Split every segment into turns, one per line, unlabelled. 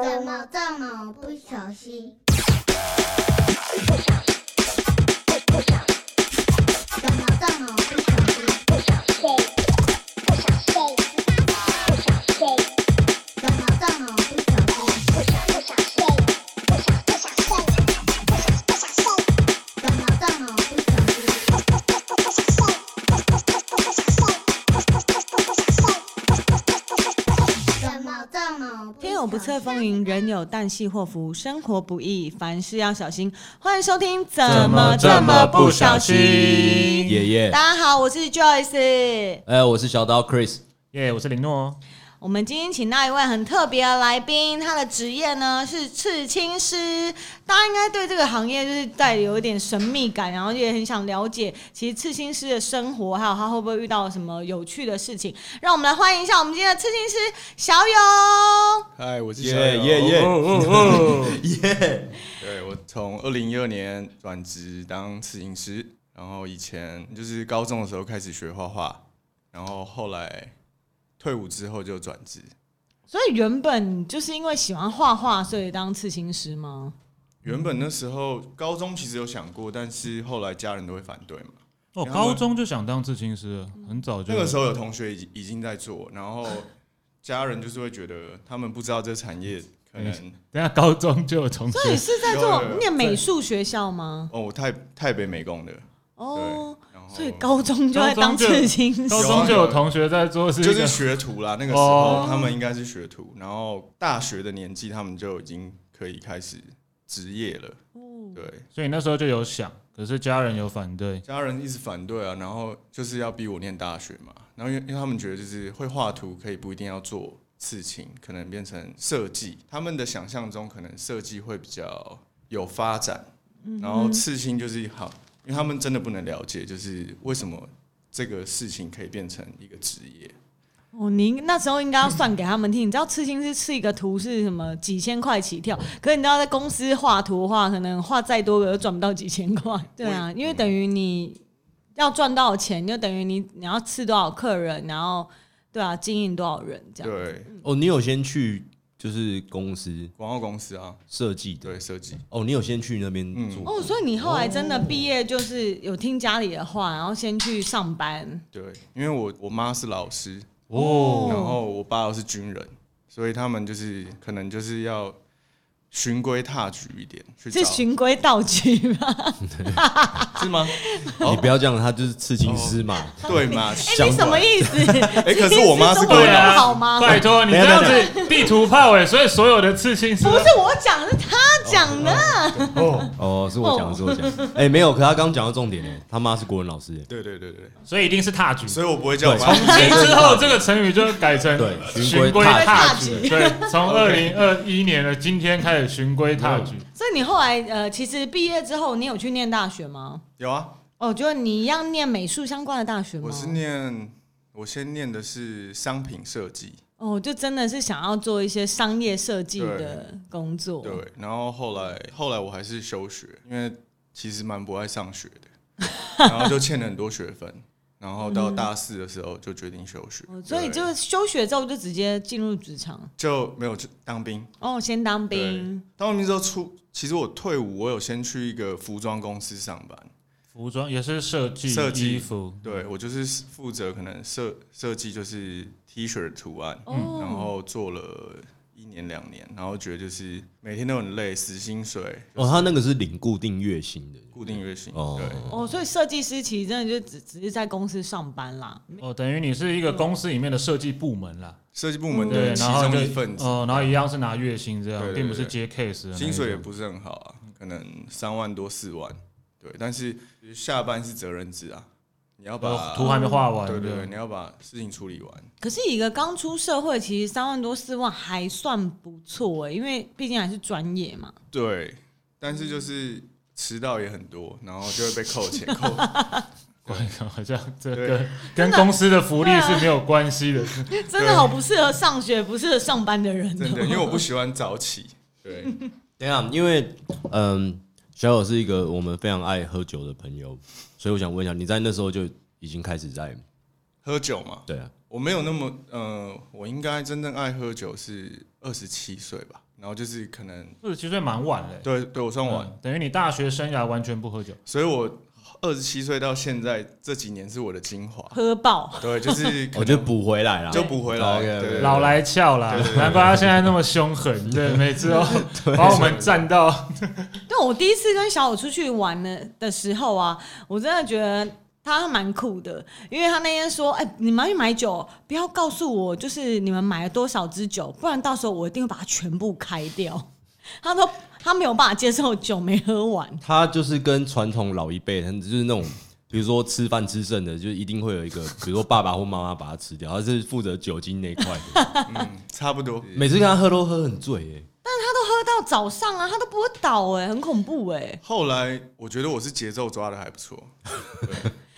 怎么这么不小心？怎么这么不小心？怎么这么不小心？怎么这么不小心？怎么这么不
天有不测
小心
风云，人有旦夕祸福，生活不易，凡事要小心。欢迎收听，怎么这么不小心？
爷爷
大，家好，我是 Joyce。
哎，我是小刀 Chris，
耶我是林诺哦。
我们今天请到一位很特别的来宾，他的职业呢是刺青师。大家应该对这个行业就是带有一点神秘感，然后也很想了解，其实刺青师的生活，还有他会不会遇到什么有趣的事情。让我们来欢迎一下我们今天的刺青师小勇。
嗨，我是
耶
小
啊
友
耶耶
哦
耶，
对我从二零一二年转职当刺青师，然后以前就是高中的时候开始学画画，然后后来退伍之后就转职。
所以原本就是因为喜欢画画，所以当刺青师吗？
原本那时候高中其实有想过，但是后来家人都会反对嘛。
啊
哦，
然后
高中就想当刺青师了，很早就
那个时候有同学已经已经在做，然后家人就是会觉得他们不知道这产业可
嗯
能
等一下高中就有同
所以你是
学，
在做
有有有
念美术学校吗？
哦，我太太北美工的，
哦，
然后
所以高中就在当刺青师，
高中就有同学在做是一
就是
个
学徒啦，那个时
哦
候他们应该是学徒，然后大学的年纪他们就已经可以开始职业了。
哦
对，
所以那时候就有想，可是家人有反对，
家人一直反对啊，然后就是要逼我念大学嘛，然后因为因为他们觉得就是会画图可以不一定要做事情，可能变成设计，他们的想象中可能设计会比较有发展，
嗯
然后刺青就是好，因为他们真的不能了解就是为什么这个事情可以变成一个职业。
哦，你那时候应该要算给他们听。你知道刺青师刺一个图是什么几千块起跳，可是你知道在公司画图的话，可能画再多个都赚不到几千块。对啊，因为等于你要赚到的钱，就等于你你要刺多少客人，然后对啊，经营多少人这样。嗯
对，
哦，你有先去就是公司
广告公司啊，
设计的，
对设计。
哦，你有先去那边做，
哦，所以你后来真的毕业就是有听家里的话，然后先去上班。
对，因为我我妈是老师，
哦
然后我爸又是军人，所以他们就是可能就是要循规踏矩一点去找
是循规蹈矩 吗？
是吗？
你不要这样，他就是刺青师嘛，
对嘛？
哎、你什么意思？ 哎
可是我妈是
中
国
国
人
人啊好吗？
啊拜托你
等
这
一下
样子地图炮哎，所以所有的刺青师
不是我讲，是他讲的。
哦，是我讲，是我讲， 哎，没有，可他刚讲到重点呢，他妈是国文老师，
对对对对对，
所以一定是踏举。
所以我不会叫我
对
妈。
所以之后这个成语就改成
对
循
循
规
规
踏
踏
矩。
矩
对， 从二
OK
零二一年的今天开始循规踏矩。
所以你后来呃，其实毕业之后，你有去念大学吗？
有啊，
哦，就是你一样念美术相关的大学吗？
我是念，我先念的是商品设计，
哦，就真的是想要做一些商业设计的工作。
对，然后后来后来我还是休学，因为其实蛮不爱上学的， 然后就欠了很多学分，然后到大四的时候就决定休学
哦，所以
对
就休学之后就直接进入职场。
就没有就当兵。
哦，先当兵。
当完兵之后出，其实我退伍，我有先去一个服装公司上班，
服装也是设计
设计
衣服，嗯
对我就是负责可能设设计就是 T 恤的图案，
哦
然后做了一年两年，然后觉得就是每天都很累，死薪水，
哦，他那个是领固定月薪的，
固定月薪，
哦
对
哦，所以设计师其实真的就只只是在公司上班啦。
哦，等于你是一个公司里面的设计部门啦，
设计部门
对，
的嗯其
然后
中
就
一份子，啊
哦，然后一样是拿月薪这样
对，对对
并不是接 case，的那一种
薪水也不是很好啊，可能三万多四万，对，但是下班是责任制啊，你要把
哦图还没画完，
对对
不
对，你要把事情处理完，
可是一个刚出社会，其实三万多四万还算不错欸诶、因为毕竟还是专业嘛。
对，但是就是迟到也很多，然后就会被扣钱扣。
对， 好像这个
对
跟公司的福利
啊
是没有关系的。
真的好不适合上学，不适合上班的人、，
真的，因为我不喜欢早起。对，
等一下，因为嗯，小友是一个我们非常爱喝酒的朋友，所以我想问一下，你在那时候就已经开始在
喝酒嘛，
对啊，
我没有那么，呃，我应该真正爱喝酒是二十七岁吧，然后就是可能
二十七岁蛮晚嘞，
对对我算晚，
嗯等于你大学生涯完全不喝酒，
所以我二十七岁到现在这几年是我的精华
喝爆，
对，就是可
我就
能
补回来了，啊
就补回来，
OK，OK
对对，
老来俏啦，难怪他现在那么凶 狠，对，每次都 把我们站到
对我第一次跟小五出去玩的的时候啊，我真的觉得。他蛮酷的，因为他那天说：“哎、你们要去买酒，不要告诉我，就是你们买了多少支酒，不然到时候我一定会把它全部开掉。” 他说他没有办法接受酒没喝完，
他就是跟传统老一辈，他就是那种，比如说吃饭吃剩的，就一定会有一个，比如说爸爸或妈妈把它吃掉，他是负责酒精那一块的。
嗯，差不多。
每次跟他喝都喝很醉、欸，
他都喝到早上啊，他都不会倒哎、很恐怖哎、
后来我觉得我是节奏抓的还不错，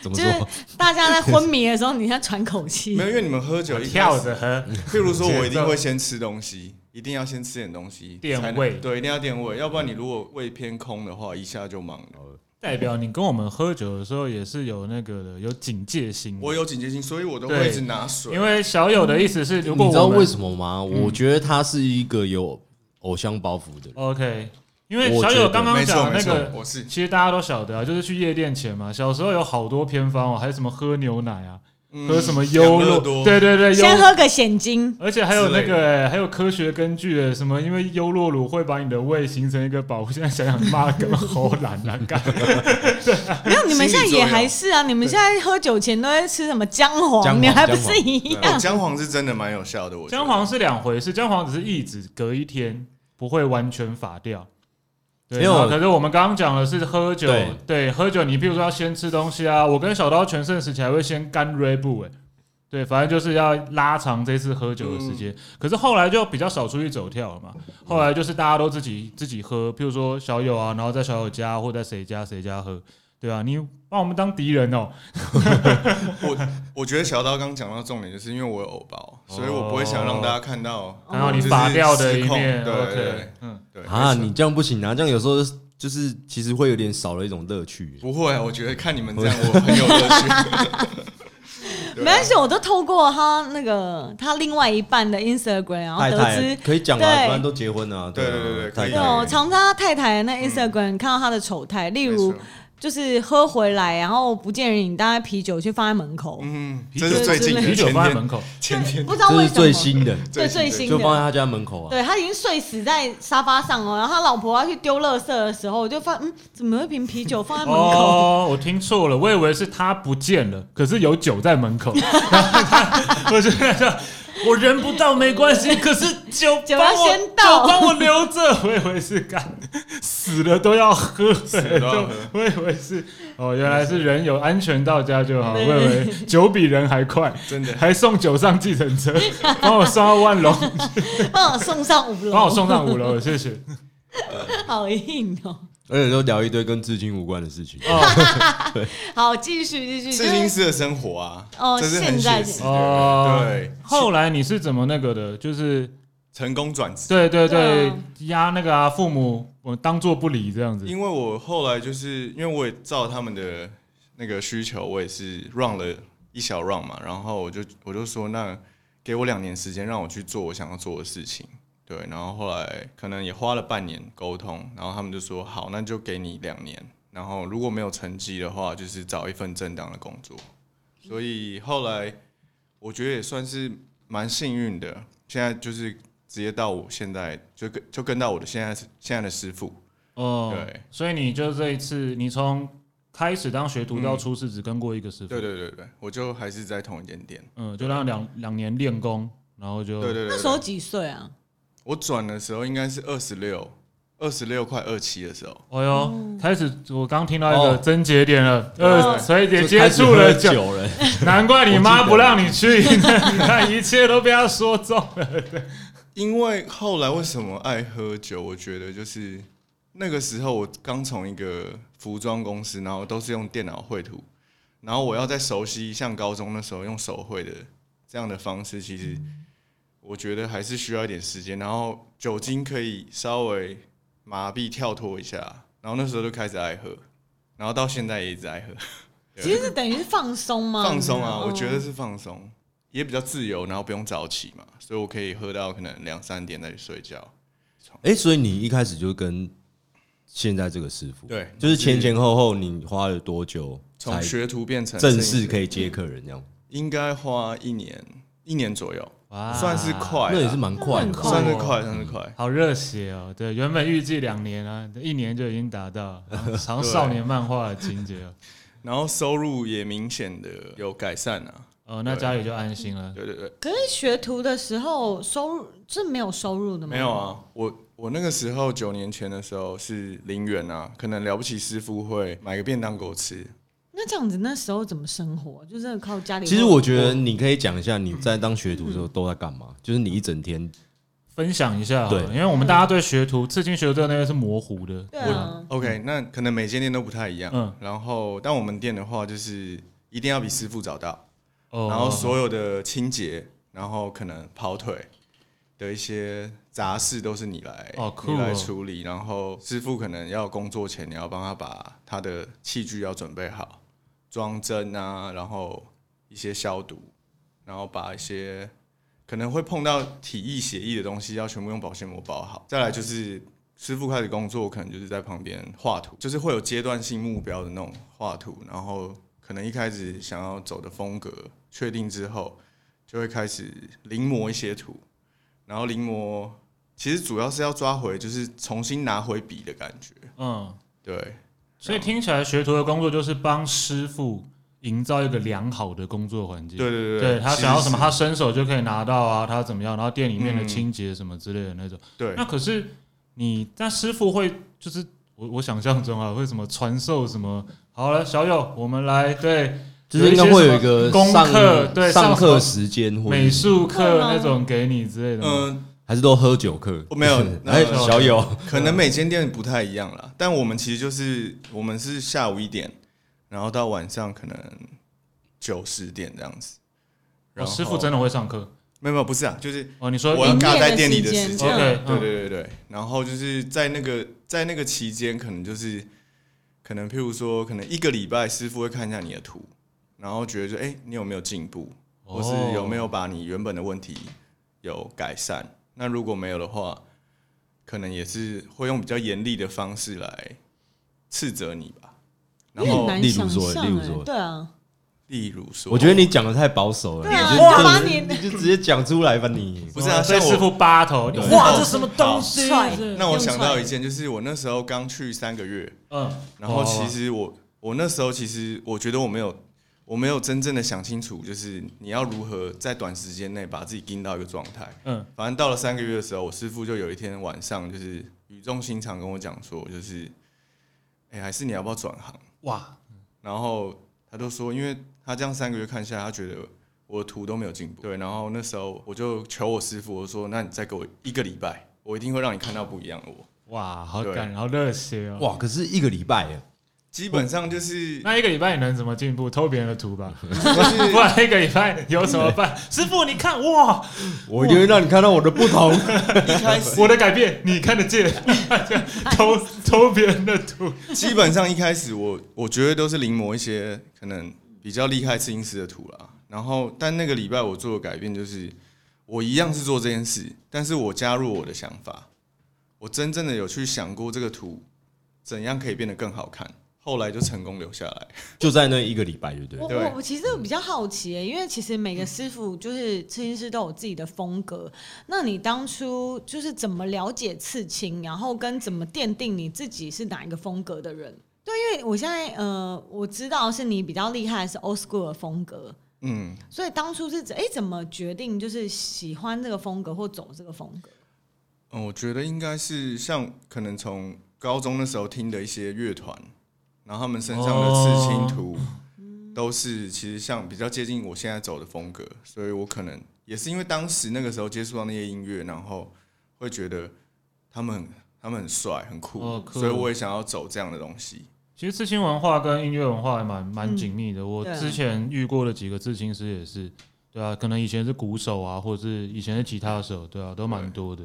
怎么
就
说？
是大家在昏迷的时候，你在喘口气
没。有，因为你们喝酒一开
跳
始，
着喝，
譬如说我一定会先吃东西，一定要先吃点东西，
垫
才能
胃嗯
对，一定要垫胃，要不然你如果胃偏空的话，一下就忙
嗯
了。
代表你跟我们喝酒的时候也是有那个的，有警戒心。
我有警戒心，所以我都会
对
一直拿水，嗯
因为小友的意思是，如果
你知道
我们
为什么吗？我觉得他是一个有偶像包袱的人。
OK，因为
我
小
觉
友
得
刚刚
没错
讲的
没
那
错
嗯
个，
我是
其实大家都晓得啊，就是去夜店前嘛，小时候有好多偏方哦，还有什么喝牛奶啊，
嗯
喝什么优
养乐
酪，
多，哎
对对对，优
先喝个现金，
而且还有那
之类
个、欸，还有科学根据的什么，因为优酪乳会把你的胃形成一个保护。现在想想，妈跟齁懒啊，干
没有？你们现在
心理作
也
用
还是啊？你们现在喝酒前都会吃什么姜黄？
姜黄
你还不是一
哦
样？
姜黄是真的蛮有效的，我觉得
姜黄是两回事，姜黄只是抑制，隔一天不会完全法掉。对，
没有
然后可是我们刚刚讲的是喝酒，
对
对，喝酒你比如说要先吃东西啊，我跟小刀全盛时期还会先干 r e b 哎，对，反正就是要拉长这次喝酒的时
嗯
间。可是后来就比较少出去走跳了嘛，后来就是大家都自己自己喝，譬如说小友啊，然后在小友家或在谁家谁家喝，对啊，你把我们当敌人哦、
我觉得小刀刚讲到重点，就是因为我有偶包，
哦
所以我不会想让大家看到
哦然后你
就是
法掉的一
失控
面
对对
，OK，
对
嗯，
对
啊，
没错
你这样不行啊，这样有时候就是其实会有点少了一种乐趣。
不会啊？我觉得看你们这样，我很有乐趣。
没
对啊
关系，我都透过他那个他另外一半的 Instagram，然后
太
得
太
知。
可以讲啊，
对
反正都结婚了啊。嗯啊
对对对对可
太
以
对，我
太
常常他太太的那 Instagram 看到他的丑态，例
没
如
错
就是喝回来，然后不见人影，大家啤酒就放在门口，
嗯，
啤
这
酒
是最近的
啤
前
酒放在
天，
门口，
前天
不知道
这
为
是
什么
最。新的，
对最
最
新
新
的，
就放在他家门口啊。
对他已经睡死在沙发上哦，然后他老婆要去丢垃圾的时候，我就发嗯，怎么有一瓶啤酒放在门口？
哦，我听错了，我以为是他不见了，可是有酒在门 口。然后他我就在想，我人不到没关系，可是酒
酒
帮
要
我
先到
酒帮我留着。我以为是干死了都要喝，
死了都要喝
我以为是哦，原来是人有安全到家就好。
对
我以为酒比人还 快，
真的
还送酒上计程车，帮我送到万隆，
帮我送上五楼，
帮我送上五楼，谢谢。
好硬哦。
而且都聊一堆跟至今无关的事情。
哦
好，继续继续，
刺
就
青
是
师的生活啊，
哦
这是很
现在
写实
哦
的，，对，
后来你是怎么那个的？就是。
成功转职。
对对
对
对
啊，
压那个啊，父母我当做不理这样子。
因为我后来就是因为我也照他们的那个需求，我也是 run 了一小 run 嘛，然后我就我就说，那给我两年时间让我去做我想要做的事情，对，然后后来可能也花了半年沟通，然后他们就说好，那就给你两年，然后如果没有成绩的话，就是找一份正当的工作，所以后来我觉得也算是蛮幸运的，现在就是直接到我现在就跟就跟到我的现在现在的师傅，
哦，
对，
所以你就这一次，你从开始当学徒到出师，只跟过一个师傅，
对对对对，我就还是在同一间店。
嗯，就让两两年练功，然后就
对对对
那
对
时候几岁啊？
我转的时候应该是二十六，二十六快二七的时候。
哎呦，开始我刚听到一个
哦
真节点了，
嗯哦
呃，所以也
就
接
开始
触
喝
了酒，
酒了，
难怪你
我
妈
记得
不让你去， 你看一切都被她说中了。
因为后来为什么爱喝酒？我觉得就是那个时候我刚从一个服装公司，然后都是用电脑绘图，然后我要再熟悉像高中那时候用手绘的这样的方式，其实我觉得还是需要一点时间。然后酒精可以稍微麻痹跳脱一下，然后那时候就开始爱喝，然后到现在也一直爱喝。
其实是等于是放松吗？
放松啊，
嗯
我觉得是放松，也比较自由，然后不用早起嘛，所以我可以喝到可能两三点再去睡觉。
哎、所以你一开始就跟现在这个师傅，
对
就是前前后后你花了多久才
从学徒变成
正式可
以，
以接客人这样？
应该花一年一年左右，
哇
算是快啦，
啊
啊
那也是蛮快
那很
的
快
吧。
算是快，算是快。
好热血哦！对，原本预计两年啊，一年就已经达到，常少年漫画的情节哦了。
然后收入也明显的有改善啊，
哦，那家里就安心了。
对对对，
可是学徒的时候收入是没有收入的吗？
没有，啊，我我那个时候九年前的时候是零元啊，可能了不起师傅会买个便当给我吃，
那这样子那时候怎么生活？就是靠家里。
其实我觉得你可以讲一下你在当学徒的时候都在干嘛，就是你一整天
分享一下好了，
对
因为我们大家对学徒、刺青学徒这个那个是模糊的。
对啊，
OK，那可能每间店都不太一样。
嗯
然后但我们店的话，就是一定要比师傅早到，
哦
然后所有的清洁，然后可能跑腿的一些杂事都是你来、
哦酷哦
你来处理。然后师傅可能要工作前，你要帮他把他的器具要准备好，装针啊，然后一些消毒，然后把一些可能会碰到体液、血液的东西，要全部用保鲜膜包好。再来就是师傅开始工作，可能就是在旁边画图，就是会有阶段性目标的那种画图，然后可能一开始想要走的风格确定之后，就会开始临摹一些图，然后临摹其实主要是要抓回，就是重新拿回笔的感觉，
嗯，
对。
所以听起来学徒的工作就是帮师傅营造一个良好的工作环境。
对对
对他想要什么，
其
他
实是
伸手就可以拿到啊，他怎么样，然后店里面的
嗯
清洁什么之类的那种。
对
那可是你，那师傅会就是我我想象中啊，会什么传授什么？好了，小友，我们来对
就是应该会有一
有一些什么
个
功
上
课对上
上
什么
课时间或者
美术课
会吗
那种给你之类的吗。
嗯，
还是都喝酒课
我 没有
哎，
那
小友
可能每间店不太一样啦，但我们其实就是我们是下午一点，然后到晚上可能九十点这样子。
哦
然后
师傅真的会上课
没有没有不是啊，就是
哦？你说
我要
营业
尬
的
在店里
时
的
间
时
这
间
样。
OK，
对对对对，然后就是在那个在那个期间，可能就是可能譬如说，可能一个礼拜师傅会看一下你的图，然后觉得就哎、你有没有进步，或是有没有把你原本的问题有改善。那如果没有的话，可能也是会用比较严厉的方式来斥责你吧。
有
然
点
后，
难
例
想
如说
象
例如
哎
说
对啊，
例如说，
我觉得你讲的太保守了，
对啊
你
哇
就
把
你
你
你就直接讲出来吧，你
不是啊，
被
像
师
我
傅扒头，你
对
哇，
哦
这什么东西？
好
是
那我
用
想
踹
到
的
一件，就是我那时候刚去三个月，
嗯，
然后其
哇
实我我那时候其实我觉得我没有我没有真正的想清楚，就是你要如何在短时间内把自己盯到一个状态。
嗯，
反正到了三个月的时候，我师傅就有一天晚上就是语重心长跟我讲说，就是哎、还是你要不要转行？
哇，
然后他就说，因为他这样三个月看下来，他觉得我的图都没有进步。对，然后那时候我就求我师傅，我说那你再给我一个礼拜，我一定会让你看到不一样的我。
哇，好
对
感，好热血哦！
哇，可是一个礼拜耶，
基本上就是
那一个礼拜你能怎么进步？偷别人的图 吧，
就是
不然一个礼拜有什么办？师傅，你看哇，
我一定会让你看到我的不同。
一开始
我的改变你看得 见， 偷偷别人的图，
基本上一开始我我觉得都是临摹一些可能比较厉害刺青师的图啦。然后，但那个礼拜我做的改变就是，我一样是做这件事，但是我加入我的想法，我真正的有去想过这个图怎样可以变得更好看。后来就成功留下来。
就在那一个礼拜，对不
我
对？
对
我我其实比较好奇耶、因为其实每个师傅就是刺青师都有自己的风格。那你当初就是怎么了解刺青，然后跟怎么奠定你自己是哪一个风格的人？对，因为我现在呃，我知道是你比较厉害的是 old school 的风格，
嗯，
所以当初是怎哎、怎么决定就是喜欢这个风格或走这个风格？
嗯，我觉得应该是像可能从高中那时候听的一些乐团，然后他们身上的刺青
哦
图都是其实像比较接近我现在走的风格，所以我可能也是因为当时那个时候接触到那些音乐，然后会觉得他们很他们很帅很酷，
哦酷
所以我也想要走这样的东西。
其实刺青文化跟音乐文化还蛮蛮紧密的。我
对啊
之前遇过的几个刺青师也是，对啊，可能以前是鼓手啊，或者是以前是吉他手，对啊，都蛮多的。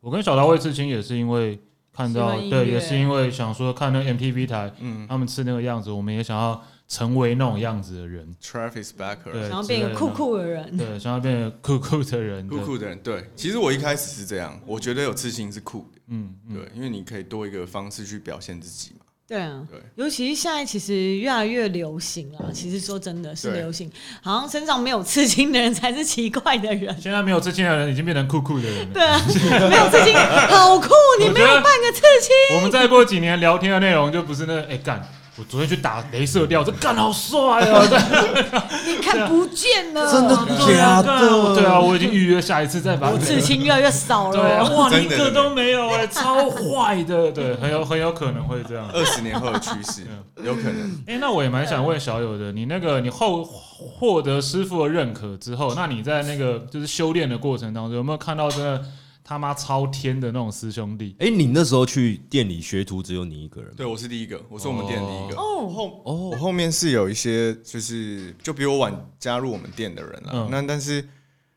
我跟小刀会刺青也是因为看
喜
到，
欢音乐
对，也是因为想说看那 MTV 台，
嗯，
他们吃那个样子，我们也想要成为那种样子的人，
Travis
对
Barker，
然后变一个酷酷的人，
对，想要变得酷酷的人，
酷
对，
酷的人。对，其实我一开始是这样，我觉得有刺青是酷的，
嗯，嗯
对，因为你可以多一个方式去表现自己嘛。
对啊。
对，
尤其是现在，其实越来越流行了。其实说真的是
对
流行，好像身上没有刺青的人才是奇怪的人。
现在没有自信的人已经变成酷酷的人了。
对啊，没有刺青好酷，你没有办个刺青，
我们再过几年聊天的内容就不是那个哎干、我昨天去打镭射掉，这干好帅啊！对
你看不见了，
真的
对啊，
假
干我
的？
对啊，我已经预约下一次再把
我刺青越来越少
对啊，
了。
哇，你
真
一
的
个都没有哎、超坏 的，对，很有很有可能会这样。
二十年后的趋势，有可能。
哎、那我也蛮想问小友的，你那个你后获得师傅的认可之后，那你在那个就是修炼的过程当中，有没有看到真的他妈超天的那种师兄弟？
哎、你那时候去店里学徒只有你一个人吗？
对，我是第一个，我是我们店的第一个。
哦
后哦，后面是有一些就是就比我晚加入我们店的人了
嗯。
那但是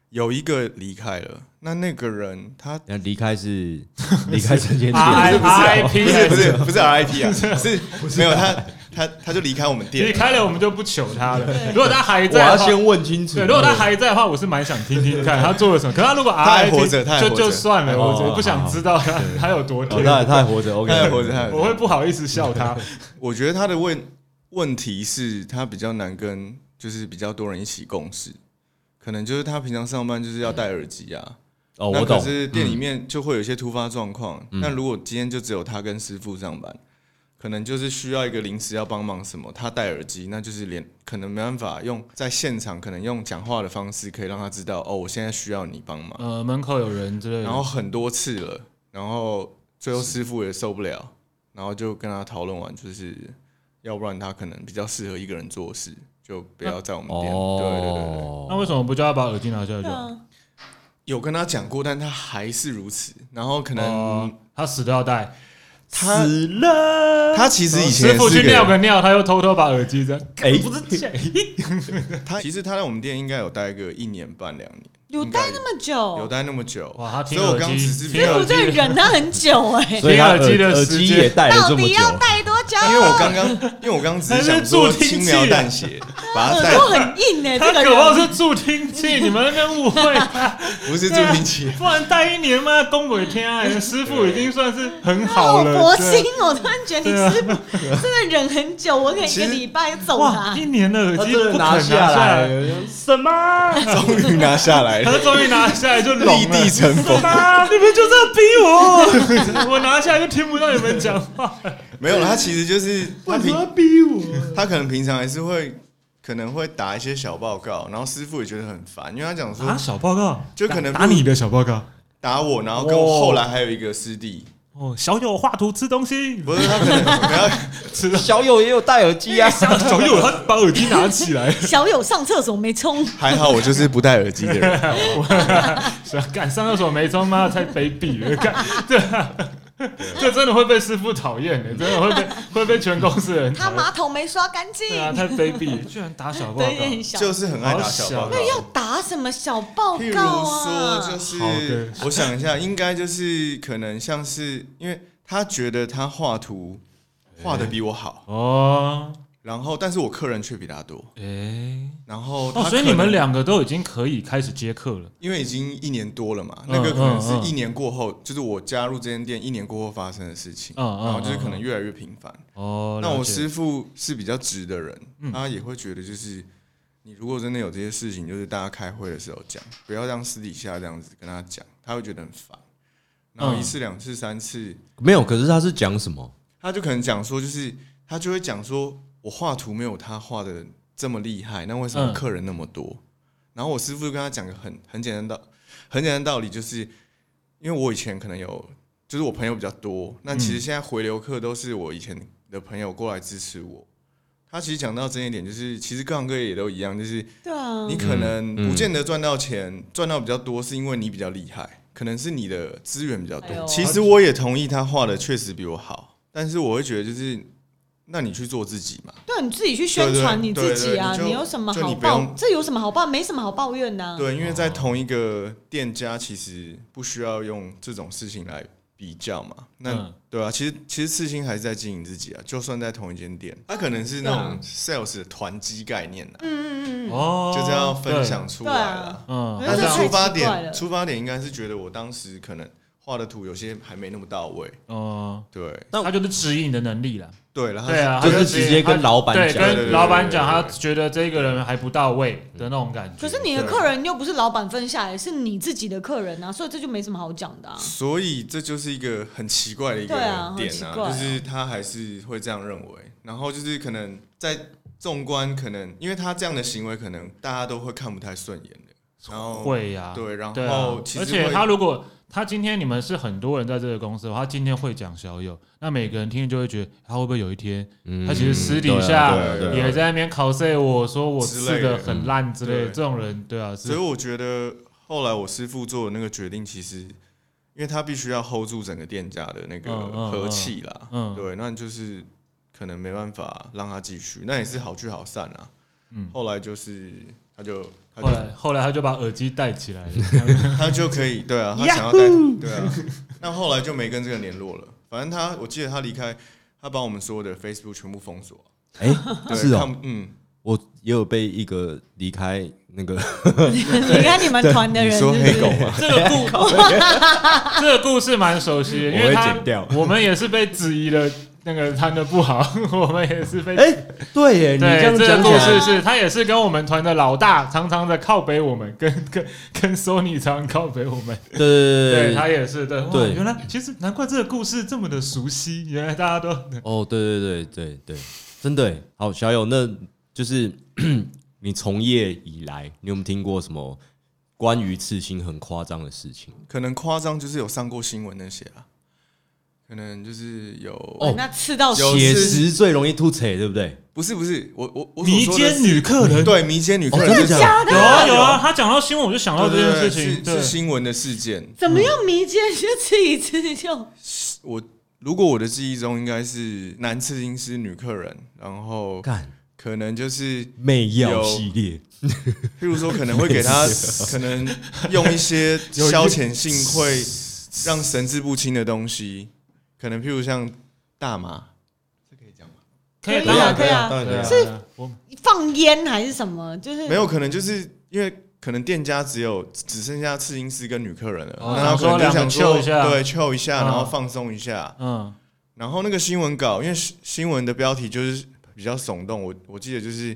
有一个离开了，那那个人他
那离开 是离开这间店，
I
是不是
I P
不是不是 不是 RIP 啊，是没有他他他就离开我们店
离
了。
开了我们就不求他 了。如果他还
我
在
要
的话，
先问清楚。
对，如果他还在的话，我是蛮想听听看他做了什么。可他如果
还
RIP
活着他还
就
活着
就算了，我
哦
我不想知道他他有多
哦，
天，
他他还活着，OK，
他还活着他还活着
我会不好意思笑他。
我觉得他的问问题是，他比较难跟就是比较多人一起共事，可能就是他平常上班就是要戴耳机啊。
哦，
那
我
可
懂。嗯
是店里面就会有一些突发状况。那如果今天就只有他跟师傅上班，可能就是需要一个临时要帮忙什么，他戴耳机，那就是连可能没办法用在现场，可能用讲话的方式可以让他知道哦，我现在需要你帮忙。
呃，门口有人之
嗯
类的，
然后很多次了，然后最后师傅也受不了，然后就跟他讨论完，就是要不然他可能比较适合一个人做事，就不要在我们店。对对对对，
哦，
那为什么不叫他把耳机拿下来就
对
好？
啊，
有跟他讲过，但他还是如此。然后可
哦
能，
他死都要戴。
他
死了？
他其实以前
师
也
傅去
是
尿个尿，他又偷偷把耳机扔。
哎，
他其实他在我们店应该有待个一年半两年，
有
应该
待那么
有
久，哎
待那么久。
哇，他
所
听
以我
耳
刚刚只
机，
是
听
没有
我
耳机
这忍他很久哎，
所以他
耳机的
耳
时
机
间
也戴了
到
这么
底
久，
要戴多久？啊
因为我刚刚，因为我刚刚只是想说
他是助听
轻
器
描淡写，把他带
耳朵很硬哎，这
他
个
渴望
人
是助听 器，你们那边误会他，
不是助听器，
不然戴一年嘛，东北天 啊，你的师傅已经算是很
好
好了。
佛
对
心，我突然觉得你师傅真的忍很久，我可能一个礼拜走
哇，
他。
一年的耳
他
机
真的
不肯
拿
下
下来
来，
了，什么？
终于拿下来
他
了，
终于拿下来就
立
聋了
地。成佛。
啊！你们就这样逼我， 我拿下来就听不到你们讲话。
没有，他其实就是他平
逼我？
他可能平常还是会，可能会打一些小报告，然后师傅也觉得很烦，因为他讲说
啊，小报告，
就可能
打打你的小报告。
打我，然后跟我后来还有一个师弟，
哦，小友画图吃东西，
不是他可 能不要
吃了。
小友也有戴耳机啊，
小友他把耳机拿起 来，
小友上厕所没冲，
还好我就是不戴耳机的人，
是啊，敢上厕所没冲吗？太卑鄙了，干对啊。这真的会被师傅讨厌的，真的会被会被全公司的人
他
讨厌。
马桶没刷干净
对，啊，太卑鄙了，居然打小报告
对，。啊也很小。
就是很爱打小报告
好。
要打什么小报
譬如
告
说，就
啊？
是
好的
我想一下， 应该就是可能像是因为他觉得他画图画的比我好，
哦，
然后但是我客人却比他多，
哎，
然后
哦，
他
所以
可
你们
能
两个都已经可以开始接客了。
因为已经一年多了嘛，
嗯
那个可能是
嗯嗯
一年过后，就是我加入这间店一年过后发生的事情，
嗯嗯
然后就是可能越来越频繁。
哦，
那
了
我
解
师傅是比较直的人，
嗯
他也会觉得就是你如果真的有这些事情，就是大家开会的时候讲，不要让私底下这样子跟他讲，他会觉得很烦。然
嗯
后一次、两次、三次，
没有，可是他是讲什么？
他就可能讲说，就是他就会讲说，我画图没有他画的这么厉害，那为什么
嗯
客人那么多？然后我师傅就跟他讲个很很简单的道很简单的道理，就是因为我以前可能有，就是我朋友比较多，那其实现在回流客都是我以前的朋友过来支持我。他其实讲到这一点，就是其实各行各业也都一样，就是
对啊
你，可能
嗯
不见得赚到钱，赚、到比较多是因为你比较厉害，可能是你的资源比较多。
哎呦
其实我也同意他画的确实比我好，但是我会觉得就是，那你去做自己嘛。
对，你自己去宣传你自己啊，
对对对对就
有什么
就
好
你不
抱
用？
这有什么好抱？没什么好抱怨的啊。
对，因为在同一个店家，其实不需要用这种事情来比较嘛。那、
嗯
对啊，其实其实刺青还是在经营自己啊，就算在同一间店，它可能是那
啊
种 sales 的团积概念啊，
嗯嗯嗯
哦，
就这样分享出来
对
了
啊。
嗯，
可
但
这
是
太
出发
奇怪了
点，出发点应该是觉得我当时可能画的图有些还没那么到位，
嗯，哦，
对
他就是指引你的能力啦。
对，然后
对啊，
就是
他
直接跟老板
对，
讲
对对
跟
对
老板讲，
对
他
对对
觉得这个人还不到位的那种感觉。
可是你的客人又不是老板分下来，是你自己的客人啊，所以这就没什么好讲的啊。
所以这就是一个很奇怪的一个
对啊很
点
奇
啊，
怪啊
就是他还是会这样认为，然后就是可能在纵观，可能因为他这样的行为，可能大家都会看不太顺眼的，然后、
会呀，
对，然
对啊
哦后，其
而
实
且
会
他如果他今天你们是很多人在这个公司的话，他今天会讲小友，那每个人听就会觉得他会不会有一天
嗯
他其实私底
对啊
下
对啊对啊
也在那边 cos 我说我
之
吃
类的
的很烂之类的，
对
这种人对啊，
所以
是
我觉得后来我师傅做的那个决定，其实因为他必须要 hold 住整个店家的那个
嗯嗯
和气啦，
嗯
对，那就是可能没办法让他继续，那也是好聚好散啊。
嗯
后来就是他就他
后
就
来后来他就把耳机戴起来了，
他就可以对啊，他想要带对啊，那后来就没跟这个联络了。反正他我记得他离开，他把我们所有的 Facebook 全部封锁，
哎、
对，
是哦、
看嗯，
我也有被一个离开那个，
你看你们团 的人，是不是？
嘛，
这个故 这个故事蛮熟悉的，因
我
为
会
他
剪掉
我们也是被质疑的那个摊的不好， 我们也是被
哎、对耶，你这
对，
样
这个
讲
故
起
事
来，
是他也是跟我们团的老大常常的靠北我们，跟跟跟 Sony 常常靠北我们，
对对
对
对
他
对，
也是对。哇
对
原来其实难怪这个故事这么的熟悉，原来大家都
哦，对对对对对，真的耶。好，小友，那就是 你从业以来，你有没有听过什么关于刺青很夸张的事情？
可能夸张就是有上过新闻那些啊，可能就是有
哇
哦，
那刺到
有
铁
是
石最容易吐血，对不对？
不是不是，我我我所
迷
说的
奸
是
女客人。
对迷奸女客人
真的
就是
假
有啊有啊，他讲到新闻我就想到这
对
件事
对对
情，
是是
对，
新闻的事件。
怎么又迷奸？就刺一次就
我如果我的记忆中应该是男刺青师女客人，然后
干
可能就是
媚药
有
系列，
譬如说，可能会给 他可能用一些消遣性会让神志不清的东西，可能譬如像大麻，这可以讲吗？
可
可以啊
当然
可以啊
当然
对啊，
可以
对啊我
放烟还是什么？就是
没有，可能就是因为可能店家只有只剩下刺青师跟女客人了，
哦
那他可能就
想
想
说两个 chill 一下
对，chill 一下，
嗯
然后放松一下。
嗯
然后那个新闻稿，因为新新闻的标题就是比较耸动，我我记得就是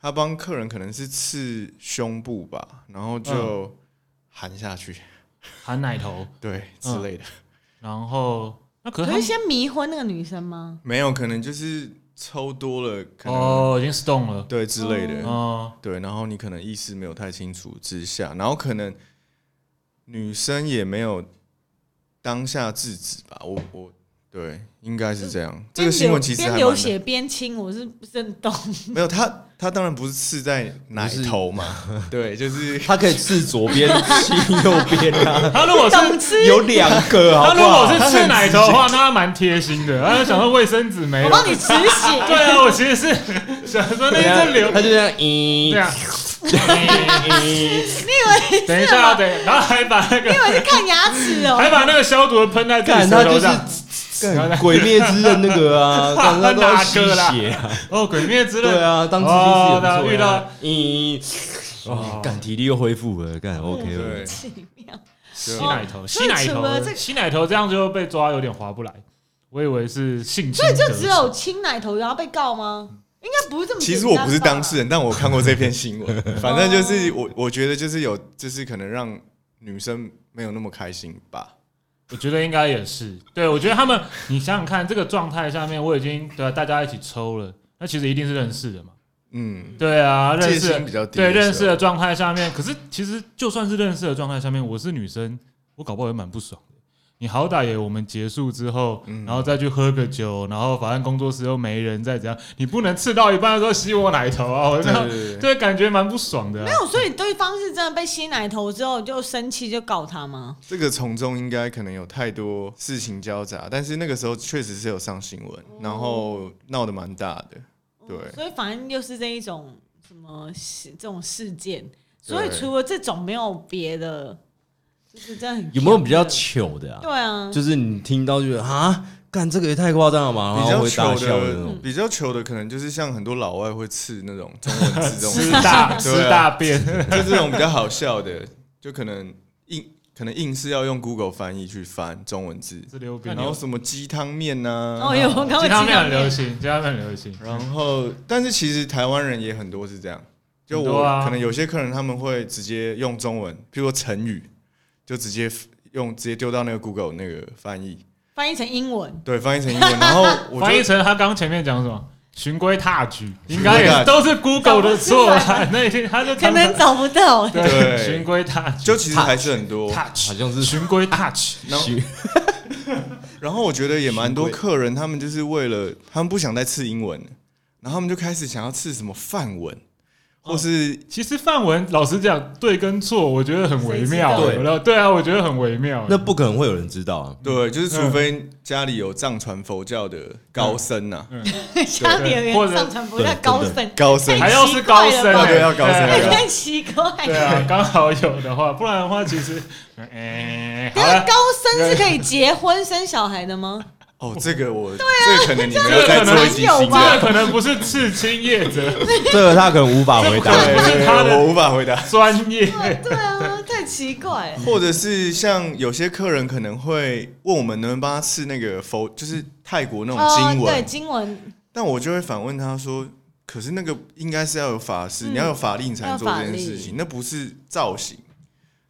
他帮客人可能是刺胸部吧，然后
嗯
就含下去，
含奶头，
对之
嗯
类的。
然后那可是
可
他
是先迷昏那个女生吗？
没有，可能就是抽多了，可能、
哦已经 stone 了，
对之类的，
嗯
哦
对，然后你可能意识没有太清楚之下，然后可能女生也没有当下制止吧，我我对，应该是这样。这个新闻其实
嗯
还
边
蛮
流血边亲，我是不是很 懂？
没有他，他当然不是刺在奶头嘛，对，就是
它可以刺左边、刺右边啊，
他如果是
懂吃。
有两个好
他
不
如
好
果？是吃奶头的话，那他蛮贴心的。他就想说卫生纸没
我
了
帮，你止血。
对啊，我其实是想说那一阵流
他，就这样，咦
对啊，等一下，等一下，然后还把那个
因为是看牙齿 哦、
还把那个消毒的喷在自己
干他
舌头
就是
上。
干《 鬼灭之刃》那个啊，
哇
刚刚都要吸
那个啦
血啊，
哦，鬼灭之刃，
对啊，当
哦
自己是
遇到
咦，哦，干体力又恢复了，干 OK 了
对，
奇 妙，
就
吸奶
所
头，吸
以
奶
除了这
头，
个
吸奶头，这样就被抓有点划不来。我以为是性侵，
所以就只有亲奶头然后被告吗？应该不是这么简单吧。
其实我不是当事人，但我看过这篇新闻。 反正就是我，我觉得就是有，就是可能让女生没有那么开心吧。
我觉得应该也是。对，我觉得他们，你想想看，这个状态下面，我已经对啊大家一起抽了，那其实一定是认识的嘛。
嗯，
对啊，认
戒
识的
心比较低的
对
时候，
认识的状态下面，可是其实就算是认识的状态下面，我是女生，我搞不好也蛮不爽的。你好歹也我们结束之后，
嗯
然后再去喝个酒，然后反正工作室又没人，再怎样，你不能吃到一半的时候吸我奶头啊！我
对
那
对对对
对感觉蛮不爽的啊、
没有，哦所以对方是真的被吸奶头之后就生气就告他吗？
这个从中应该可能有太多事情交杂，但是那个时候确实是有上新闻，
哦
然后闹得蛮大的。对
哦所以反正又是这一种什么事这种事件，所以除了这种没有别的就是真的很
有没有比较
强
糗的啊？
对啊，
就是你听到就觉得啊，干这个也太夸张了吧，
比
然后
较
会大
糗
笑的
的嗯
那种。
比较糗的可能就是像很多老外会刺那种中文字这种
吃大吃
对啊
大便，
就这种比较好笑的，就可能硬可能硬是要用 Google 翻译去翻中文字，
吃溜冰。
然后什么鸡汤面呐、
哦有，我刚刚
鸡汤面
讲
很流行，鸡汤面很流行。
然后但是其实台湾人也很多是这样，就
很多
我、
啊
可能有些客人他们会直接用中文，譬如说成语，就直接用直接丢到那个 Google 那个翻译，
翻译成英文，
对，翻译成英文，然后我
翻译
就
成他刚前面讲什么？循规踏矩，应该也都是 Google 的错啦。那一天他就
可能找不到。欸
对
对
循规踏矩，
就其实还是很多，
好
touch
像是
循规踏矩。
然 后
徐
然后我觉得也蛮多
行
客人，他们就是为了他们不想再刺英文了，然后他们就开始想要刺什么范文，或是
其实范文老实讲，对跟错，我觉得很微妙。
谁知
对，对啊，我觉得很微妙。
那不可能会有人知道啊。
对，就是除非家里有藏传佛教的高僧呐、
家里有
或
人
者
上传不太高分，
高僧
哎还要是高僧，
对要高僧
哎
要 高
太奇怪了。
对啊，刚好有的话，不然的话，其实，哎，好
等下
了，
高僧是可以结婚生小孩的吗？
哦，这个我这个可能你们
啊这
要
个
再
可
做
能
一集
有
新
这个
的，
可能不是刺青业者
这个他可能无法回 答。
这不是他的
我无法回答。
专业，
对啊，太奇怪了。
或者是像有些客人可能会问我们能不能帮他刺那个佛，就是泰国那种经
哦、对
文，
经文
但我就会反问他说：“可是那个应该是要有法师，
嗯
你要有法力你才能做
要法嗯
这件
力
事情，那不是造型，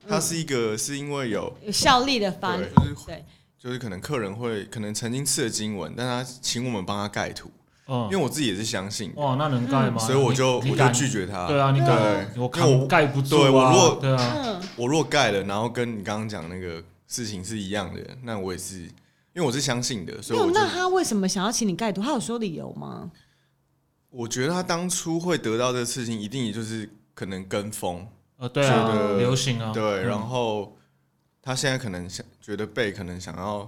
它是一个是因为有
有效力的翻译
对，就是
对，
就是可能客人会可能曾经刺了经文，但他请我们帮他盖图，
嗯
因为，我自己也是相信的，
哇，哦那能盖吗？
嗯所以我就
你
我就
敢
拒绝他。
对啊，你
对
敢？我
因为
看
我
盖不住
对我
啊
如果
对啊，
嗯，
我如果盖了，然后跟你刚刚讲那个事情是一样的，那我也是，因为我是相信的，所以
那
我就
那他为什么想要请你盖读？他有说理由吗？
我觉得他当初会得到这个事情，一定也就是可能跟风，
呃，对
觉
啊，
得
流行啊，
对，
嗯
然后他现在可能想觉得背可能想要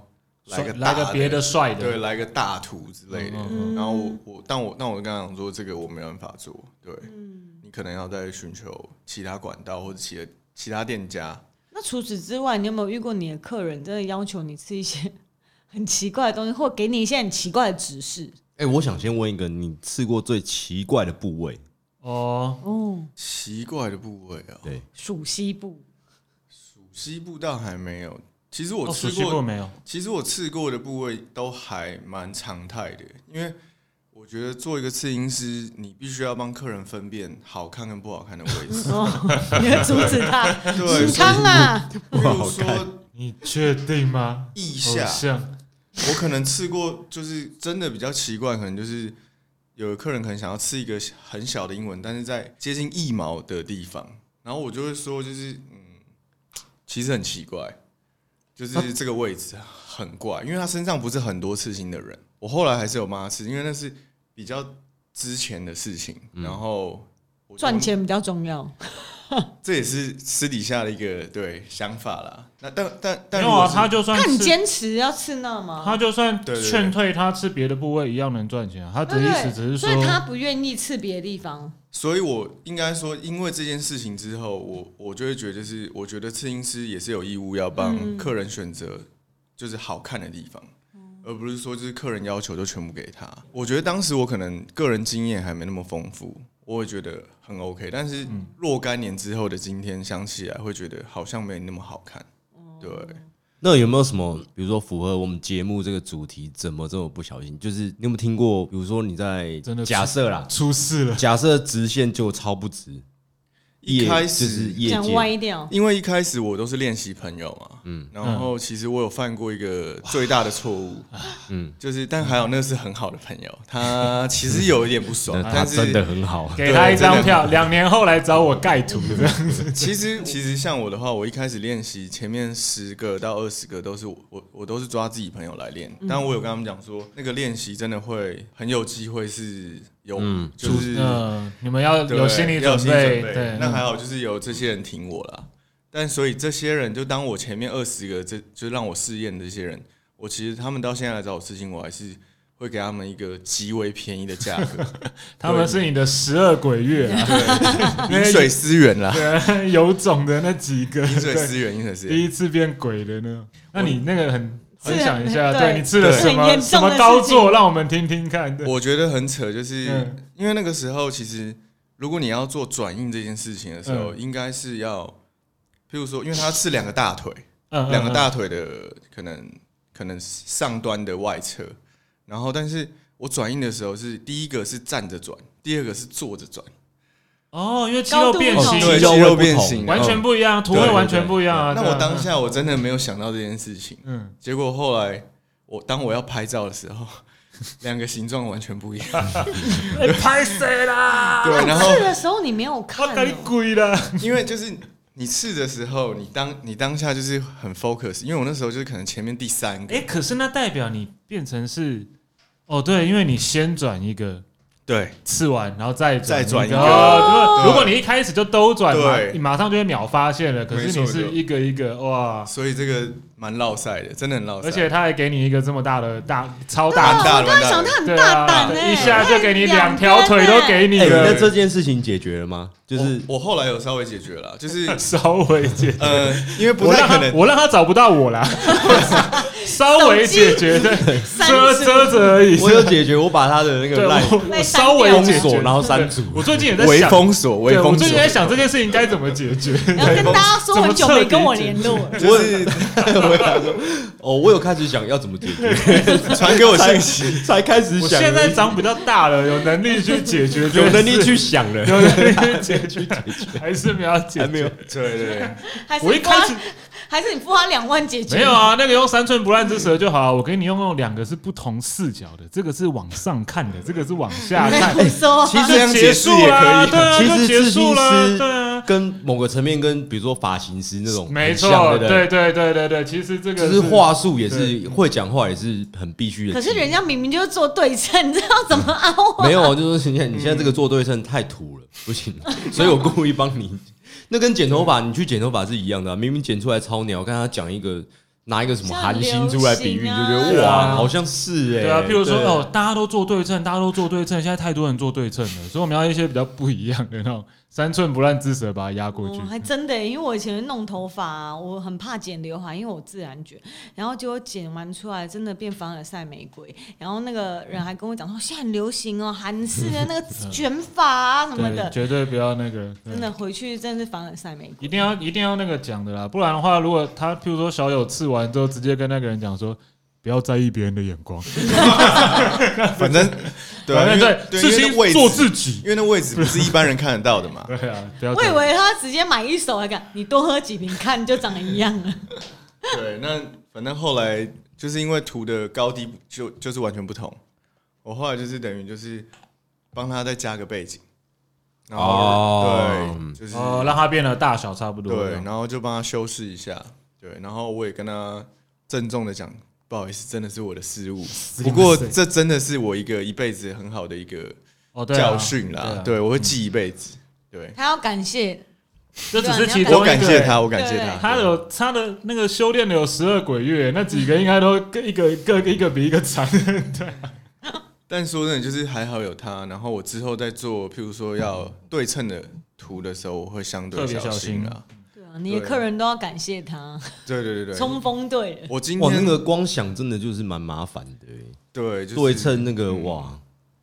来个
来
大
个别的，帅的，
对，来个大图之类的。
嗯
然后我我但我但我刚刚讲说这个我没办法做，对
嗯
你可能要再寻求其他管道或者其他其他店家。
那除此之外，你有没有遇过你的客人真的要求你吃一些 很奇怪的东西，或给你一些很奇怪的指示？
哎，我想先问一个，你吃过最奇怪的部位？
哦，
哦，
奇怪的部位啊、
对，
属西部
属西部倒还没有。其实
哦
我
熟
吃
悉
过，
过没有？
其实我吃过的部位都还蛮常态的，因为我觉得做一个刺青师，你必须要帮客人分辨好看跟不好看的位置。
哦，你要阻止他，
对，
煮
所
汤啊，
以譬
不好
如
看
说
你确定吗？
腋
偶
下，
像
我可能吃过，就是真的比较奇怪，可能就是有的客人可能想要吃一个很小的英文，但是在接近一毛的地方，然后我就会说，就是嗯，其实很奇怪，
啊
就是这个位置很怪，因为他身上不是很多刺青的人，我后来还是有帮他吃，因为那是比较之前的事情，
嗯
然后我就
赚，钱比较重要。
这也是私底下的一个对想法啦。那但但
没
但
有
如果
啊，
是
他就算
那你
是
坚持要吃那吗
他？就算
对对对
劝退他吃别的部位一样能赚钱啊，他的
对
意
不
思
对？
只是
所以他
说，
不愿意吃别的地方。
所以我应该说，因为这件事情之后，我我就会觉得是，我觉得刺青师也是有义务要帮客人选择就是好看的地方，而不是说就是客人要求就全部给他。我觉得当时我可能个人经验还没那么丰富，我也觉得很 OK，但是
嗯
若干年之后的今天想起来，会觉得好像没那么好看。对，
那有没有什么，比如说符合我们节目这个主题，怎么这么不小心？就是你有没有听过，比如说你在
真的是
假设啦，
出事了，
假设直线就超不直，
一
业
开
就
始
是业
想
界
歪掉，
因为一哦开始我都是练习朋友嘛，嗯，然后其实我有犯过一个最大的错误，嗯
嗯，
就是但还好那是很好的朋友， 他其实有一点不爽
那，
但
他
是
真的很好，
给他一张
对真的
票，两年后来找我盖图这样子，
其实其实像我的话，我一开始练习前面十个到二十个都是我我我都是抓自己朋友来练，但我有跟他们讲说，那个练习真的会很有机会是有，
嗯
就是
嗯，你们要
对
有心理
要有
准
心
备，
备。
对，
那还好，就是有这些人挺我啦。但所以这些人，就当我前面二十个，这就让我试验的这些人，我其实他们到现在来找我事情，我还是会会给他们一个极为便宜的价格，
他们是你的十二鬼月 啊，
饮水思源啦，
对，有种的那几个，
饮水
对
思源，饮水思
第
源。
一次变鬼的呢？那你那个很
是
分享一下，
对
对你吃了
是
什
很严
么
重
什
的
么高
事情
做，让我们听听看。对，
我觉得很扯，就是、
嗯
因为那个时候其实，如果你要做转印这件事情的时候，
嗯
应该是要，譬如说，因为它是两个大腿，
嗯
两个大腿的可能可能上端的外侧，然后但是我转印的时候是第一个是站着转，第二个是坐着转，
哦，因为肌肉变
高度
形，
不同
对，
肌肉
肌
会
肉
不
变
同
形，
完全不一样，图
对
会
对
完全不一样啊。
那
对啊
我当，下我真的没有想到这件事情，
嗯，
结果后来我当我要拍照的时候， 两个形状完全不一样。
哎拍谁啦？
对，然后
刺的时候你没有
我
看、
跟你
哦，
鬼啦！
因为就是你刺的时候，你当你当下就是很 focus，因为我那时候就是可能前面第三个，
哎，可是那代表你变成是，哦，对，因为你先转一个。
对
刺完，然后再转
再转
一
一
个。
个
哦
对
如果你一开始就都转，马
对
你马上就会秒发现了。可
没
是
错
你是一个一个哇，
所以这个蛮绕赛的，真的很绕赛。
而且他还给你一个这么大的大超
对啊
大
蛮大
我
的
刚
蛮
刚
大的
想他很
对
大
啊
胆哎、
一下就给你两条腿都给你
哎，
了，
那这件事情解决了吗？就是
我我后来有稍微解决了，就是
稍微解决。
呃，因为不
我
太
让
可
他，
能，
我让他找不到我啦，稍微解决的，
三
遮
只
遮着而已。
我有解决，我把他的那
对，
个赖
我我稍微
被
封
解
锁，
决
然。后删除。
我最近也在
微
想，
封锁，微
对我
封锁
最近，在想这件事情该怎么解决。
然后跟大家说
怎么
很久
彻
没
底
跟我
解
联络了。
就是
我想说，哦，我有开始想要怎么解决，
传给我
才
信息。
才开始
我
想，
现在长比较大了，有能力去解决，
有能力去，想了，
有能力去解决，还是没有解
还
决。
没有。
对对对，
还是
我一
你付他
开始
还是你付他两万解决？
没有，啊，那个用三寸不烂之舌就好啊。我给你用用两个是不同视角的，这个是往上看的，这个是 往下看。
我 说
其实
就结束啦，对啊，
其
就
实
结
刺
束
青
啦，
师
对啊，
跟某个层面，跟比如说发型师那种
没
很像对
错，
不对？
对对对对对，其实这个
只是话术也是会讲话，也是很必须的技
可
能。
是人家明明就是做对称，你知道怎么凹啊？
没有啊，就是你现在你现在这个做对称太土了，不行，所以我故意帮你。那跟剪头发，你去剪头发是一样的啊、明明剪出来超鸟，看他讲一个拿一个什么韩星出来比喻，你就
像
觉
流行啊
得哇，好像是哎、
对啊，譬如说
对
哦，大家都做对称，大家都做对称，现在太多人做对称了，所以我们要一些比较不一样的那种三寸不烂之舌把它压过去
哦。还真的耶，因为我以前弄头发啊、我很怕剪刘海，因为我自然卷，然后结果剪完出来真的变凡尔赛玫瑰。然后那个人还跟我讲说，现在很流行哦，韩式的 那个卷发啊什么
嗯对，
的，
绝对不要那个，对
真的回去真的是凡尔赛玫瑰。
一定要一定要那个讲的啦，不然的话，如果他譬如说小友刺完之后，直接跟那个人讲说。不要在意别人的眼光，
反正对
反
啊，因为
正对，
对
事
因为那位
情做
置
自己。
因为那位置不是一般人看得到的 嘛。
对啊，不要
我
在
以
意。
为他直接买一手来干，你多喝几瓶看就长得一样 了。
对，那反正后来就是因为图的高低不就就是完全不同，我后来就是等于就是帮他再加个背景，然后、
哦
对，就是、
哦，让它变得大小差不多。
对，然后就帮他修饰一下，对，然后我也跟他郑重的讲，不好意思，真的是我的失误，不过这真的是我一个一辈子很好的一个
哦，对啊
教训啦，
对啊
对我会记一辈子，对，
他要感谢
这只是其中一个。
我感谢他，我感谢
对
他，
他有他的那个修炼的有十二鬼月，那几个应该都各一个各一个比一个 长。对啊，
但说真的，就是还好有他，然后我之后在做，譬如说要对称的图的时候，我会相对
特别小心
心啊。
对啊，你的
对
客人都要感谢他，
对对对对，
冲锋队了。
我今
哇，那
天
个光想真的就是蛮麻烦的欸、
对就是
对称那个哇，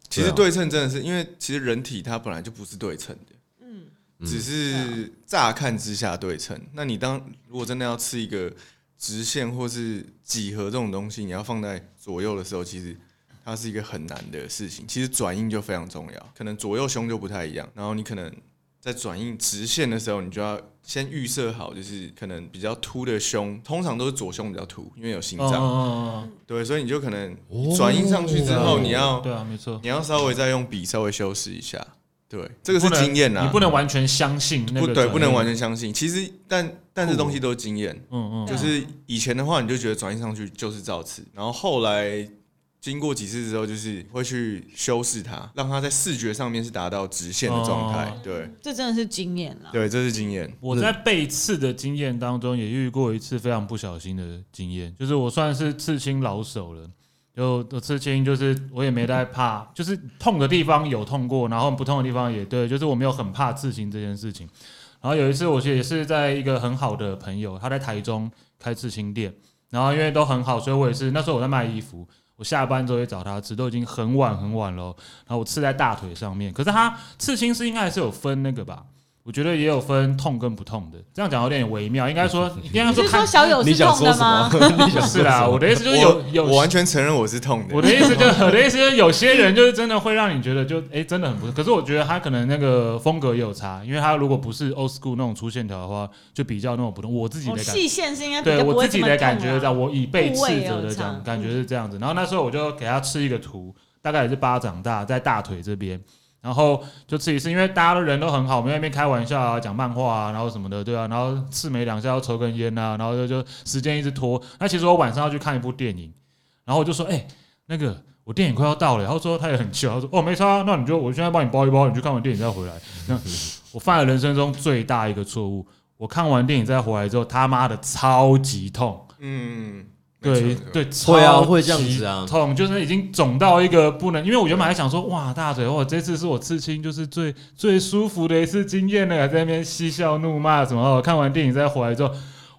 其实
对啊
对称真的是因为其实人体它本来就不是对称的，嗯，只是乍看之下对称。那你当如果真的要吃一个直线或是几何这种东西，你要放在左右的时候，其实它是一个很难的事情。其实转印就非常重要，可能左右胸就不太一样，然后你可能。在转印直线的时候，你就要先预设好，就是可能比较凸的胸，通常都是左胸比较凸，因为有心
嗯
脏，
嗯
对，所以你就可能
哦
转印上去之后，你要
嗯，对啊，没错。
你要稍微再用笔稍微修饰一下。对，这个是经验啦，
你不能完全相信那
不
个。
对，不能完。全相信。其实，但但是东西都是经验，
嗯嗯，
对
就
啊
是以前的话，你就觉得转印上去就是造次，然后后来经过几次之后，就是会去修饰它，让它在视觉上面是达到直线的状态
哦。
对
这真的是经验啊啦。
对，这是经验。
我在被刺的经验当中，也遇过一次非常不小心的经验，就是我算是刺青老手了。就我刺青就是我也没太怕，就是痛的地方有痛过，然后不痛的地方也对，就是我没有很怕刺青这件事情。然后有一次我也是在一个很好的朋友，他在台中开刺青店，然后因为都很好，所以我也是那时候我在卖衣服，我下班之后去找他吃，都已经很晚很晚了哦，然后我刺在大腿上面，可是他刺青是应该还是有分那个吧？我觉得也有分痛跟不痛的，这样讲有点微妙，应该说应该
你
说
是
看
说小友
你
是
想
痛
说
的
什么
吗？？
你想说
是
什
啦，
么
我的意思就是有
我
有
我完全承认我是痛的，
我的意思就我的意思就是，有些人就是真的会让你觉得就哎、诶真的很不错。可是我觉得他可能那个风格也有差，因为他如果不是 old school 那种粗线条的话，就比较那种普通。我 自己的
哦
感觉，
细线是应该比
对
较不
我
会
自
这
己
么
的
痛
感觉是这
啊
样，我以被
部
斥
位
责
有
的
差嗯
讲，感觉是这样子。然后那时候我就给他吃一个图，大概也是巴掌大，在大腿这边。然后就刺一次，因为大家都人都很好，我们在那边开玩笑啊，讲漫画啊，然后什么的，对啊，然后刺没两下要抽根烟啊，然后就就时间一直拖。那其实我晚上要去看一部电影，然后我就说，哎、那个我电影快要到了，然后说他也很气，他说哦没差啊，那你就我现在帮你包一包，你去看完电影再回来。那我犯了人生中最大一个错误，我看完电影再回来之后，他妈的超级痛，
嗯，没错
对
没错
对，
会啊
超
会这样
级
子啊
痛就是已经肿到一个不能，因为我原本还想说哇大腿，哇这次是我刺青就是最最舒服的一次经验了，在那边嬉笑怒骂什么，哦看完电影再回来之后。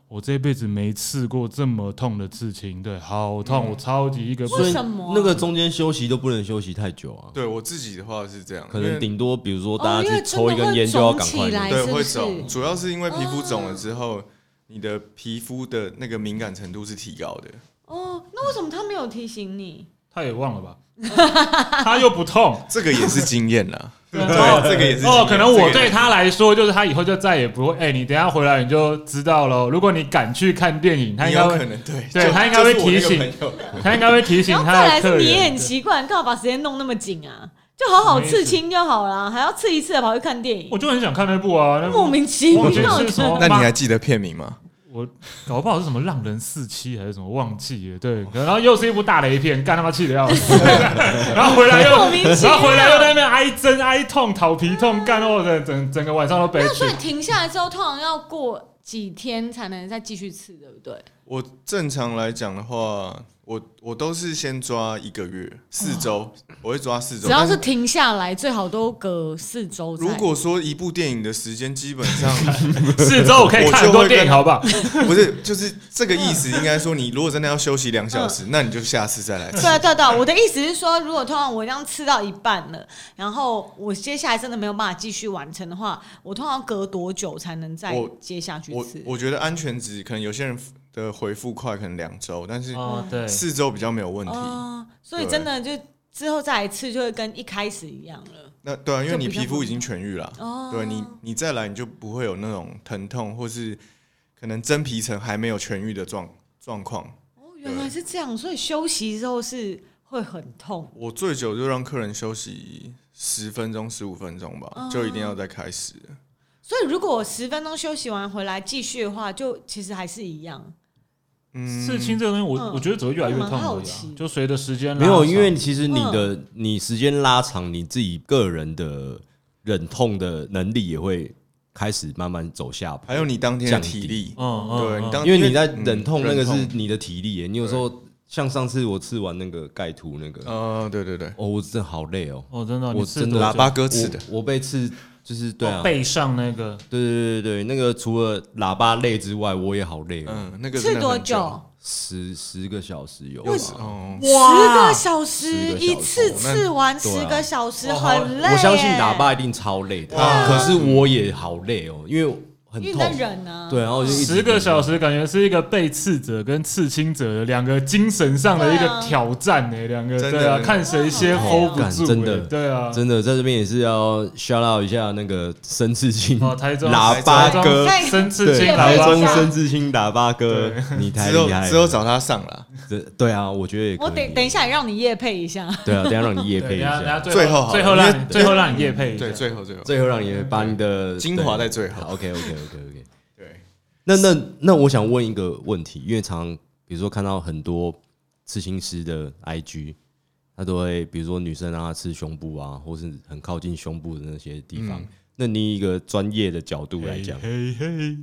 我这辈子没刺过这么痛的刺青，对，好痛，
嗯
我超级一个不
所以
为什么啊
那个中间休息都不能休息太久啊？
对我自己的话是这样，
可
因
能
为
顶多比如说
哦
大
因
家
为
去抽一根烟就要赶快
真的会肿起来
的。
是
对
不
会
是哦
肿，主要是因为皮肤肿了之后，你的皮肤的那个敏感程度是提高的。
哦，那为什么他没有提醒你？
他也忘了吧？ 他又不 痛。
这个也是经验 啦，
对
对，这个也是经验
哦，可能我对。
这个也是
他来说，就是他以后就再也不会。哎、你等一下回来你就知道喽。如果你敢去看电影，他
你
应该
有可
会，
能对，
对
就
他应该会提。
就是我那
醒
个朋友
他应该会提醒
然后
他
再来
的客
是你也
人
很。奇怪，你干嘛把时间弄那么紧啊？就好好刺青就好啦，还要刺一次跑去看电影
我，就很想看那部啊，那部
莫名其
忘记
妙
是什么
的。
那你还记得片名吗？
我搞不好是什么《浪人四七》还是什么，忘记了。对，然后又是一部大雷片，干他妈气的要 死。然后回来又
莫名其，妙
然后回来又在那边挨针挨痛、讨皮痛，干到我整整整个晚上都悲
那
剧
所以。停下来之后，通常要过几天才能再继续刺，对不对？
我正常来讲的话，我我都是先抓一个月，四周，我会抓四周。
哦只要是
但
停下来，最好都隔四周再。
如果说一部电影的时间，基本上
四周我可以看很多电影，好不好？
不是就是这个意思，应该说你如果真的要休息两小时，那你就下次再来吃。
嗯对啊对对，我的意思是说，如果通常我这样吃到一半了，然后我接下来真的没有办法继续完成的话，我通常隔多久才能再
我
接下去
我
吃？
我觉得安全值可能有些人的回复快，可能两周，但是
哦，对
四周比较没有问题。
哦，所以
对
真的就之后再来吃，就会跟一开始一样了。
那对啊，因为你
就比较
皮肤已经痊愈了，
哦
对你你再来你就不会有那种疼痛或是可能真皮层还没有痊愈的状状况。
哦，原来是这样，所以休息之后是会很痛。
我最久就让客人休息十分钟、十五分钟吧，
哦
就一定要再开始了。
所以如果我十分钟休息完回来继续的话，就其实还是一样。
刺青这个东西我，我
嗯
觉得只会越来越痛
我蛮好
而已啊
奇
就随着时间拉
没有，
长
因为其实你的
嗯
你时间拉长，你自己个人的忍痛的能力也会开始慢慢走下坡
还。有你当天的体力，
哦
嗯嗯，
对
嗯
你当
因为你在忍痛
嗯
那个是
忍痛
你的体力耶，你有时候像上次我吃完那个盖图那个，
呃，对对对，
哦，我真的好累哦，
哦真的哦，
我
你刺
真的
多久
喇叭哥吃的，
我我被刺就是对啊
哦，背上那个
对对对对，那个除了喇叭累之外，我也好累哦，
嗯，那个
吃
真的
多
很久？
久？
十十个小时有
为
吧。
什
哦，
十个小
十
时
个小时
一次吃完
对啊
十个小时，
哦好
很累耶。
我相信喇叭一定超累的，可是我也好累哦，因为很
因为你在
痛。
忍呢、啊。
对，然后我就一直
十个小时，感觉是一个被刺者跟刺青者的两个精神上的一
对
个
啊
挑战呢，两个
真的
对啊，看谁先
哇
hold 不
干
住，
哦真的
哎对啊，
真的在这边也是要 shout out 一下那个申志清
哦台中
喇叭哥，
台中
深刺青
对，
夜
喇
台
配
叭
一
中
下
申志清喇叭哥，你太
之后
厉害
之后
了。
找他上了，
这对啊，我觉得也可以
我等等一下，也让你夜配一下。
对啊，等一下让你夜
对
配一
等下等下
下，
最
最后好
最后
因为
让你最后让你夜配一下
对，，最后最后
最后让你把你的
精华在最后，
OK OK OK OK。
对，
那那那，我想问一个问题，因为常常比如说看到很多刺青师的 IG，他都会比如说女生让她刺胸部啊，或是很靠近胸部的那些地
嗯
方。那你以一个专业的角度来讲，
嘿嘿，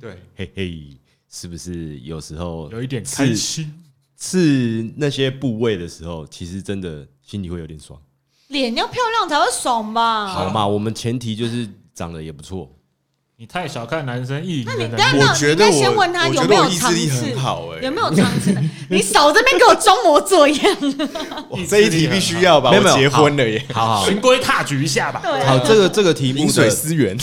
对，
嘿嘿，是不是有时候
有一点
刺
开心，
刺那些部位的时候，其实真的心里会有点爽。
脸要漂亮才会爽
啊
吧？
好嘛，我们前提就是长得也不 错。
你太小看男生意淫
那你
的能
等下
力。
我觉得
你应该先
我，
问他
我
有
觉
没
得
有
我意志力
尝试
很好哎、
有没有尝试呢？你少这边给我装模作样。
哇这一题必须要吧？
没有没有
我结婚了耶，
好好
循规踏矩一下吧。
对啊
好，这个这个题目
饮水
的
思源。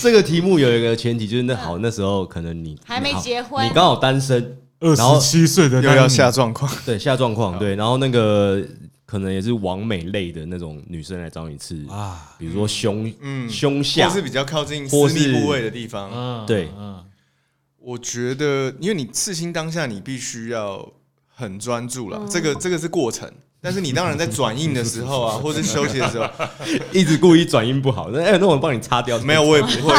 这个题目有一个前提，就是那好，那时候可能你
还没
你好
结婚
你刚好单身，
二
然后
十七岁的
又
丹
要
尼
下状况，
对下状况，对，然后那个可能也是完美类的那种女生来找你刺，
啊，
比如说胸，
嗯
胸
或
下
是比较靠近私
或是
密部位的地方。
嗯
对
嗯，
我觉得，因为你刺青当下，你必须要很专注
嗯
了，这个这个是过程。但是你当然在转印的时候 啊，或是休息的时候，
一直故意转音不好，那哎，那我帮你擦掉，
没有，我也不会，因为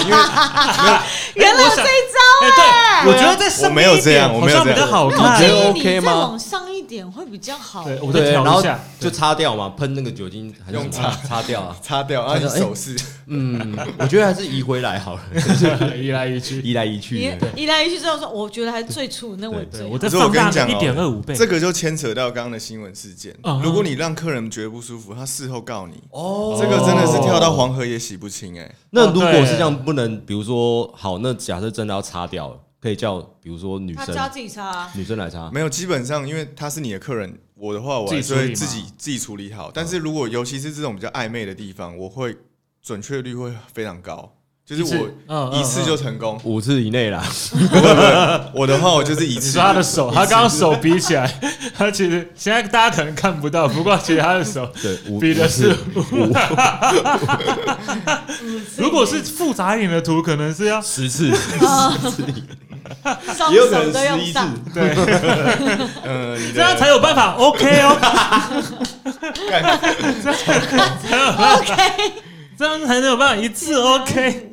原来有
哎我
这
想
一招
哎，对，我觉得在上
我没有
面一点
这样我
好
没有
像比
这
较
样
好
那我
看
觉。
建
得
议
OK
哎你再
吗
往上一点会比较好。
对，我再
对，然
调
后
一下。
就擦掉嘛，喷那个酒精还是
用
什么擦掉啊，
擦掉，啊，
他
你
说哎
手势，
嗯，我觉得还是移回来好了，
一来一去。
移来移去
你
的，
一来一去之后说，我觉得还是最初那我
对
对
最
我
好
再
可是我
放
跟
大
你讲
一
哦
点二五倍。
这个就牵扯到刚刚的新闻事件
啊
嗯。
如果你让客人觉得不舒服，他事后告你，
哦
这个真的是跳到黄河也洗不清哎。
那如果是这样，不能，比如说好，那假设真的要擦掉了，可以叫比如说女
他
生
教自己擦啊。
女生来擦，
没有，基本上因为他是你的客人，我的话我还是会自己自己处理好。但是如果尤其是这种比较暧昧的地方，我会准确率会非常高，就是我
我
一次就成功。
五次以 内啦。
我的话我就是一
你
次
说，他的手，他刚刚手比起来， 他其实现在大家可能看不到，不过其实他的 手
对，五
比的是
五五
如果是复杂一点的图，可能是要
十次，
双
也有可
手
能
都
十
用
一次
上。。
对，
呃，你
这样才
的
有办法 OK 哦，
OK，
这样才能有办法一次 OK。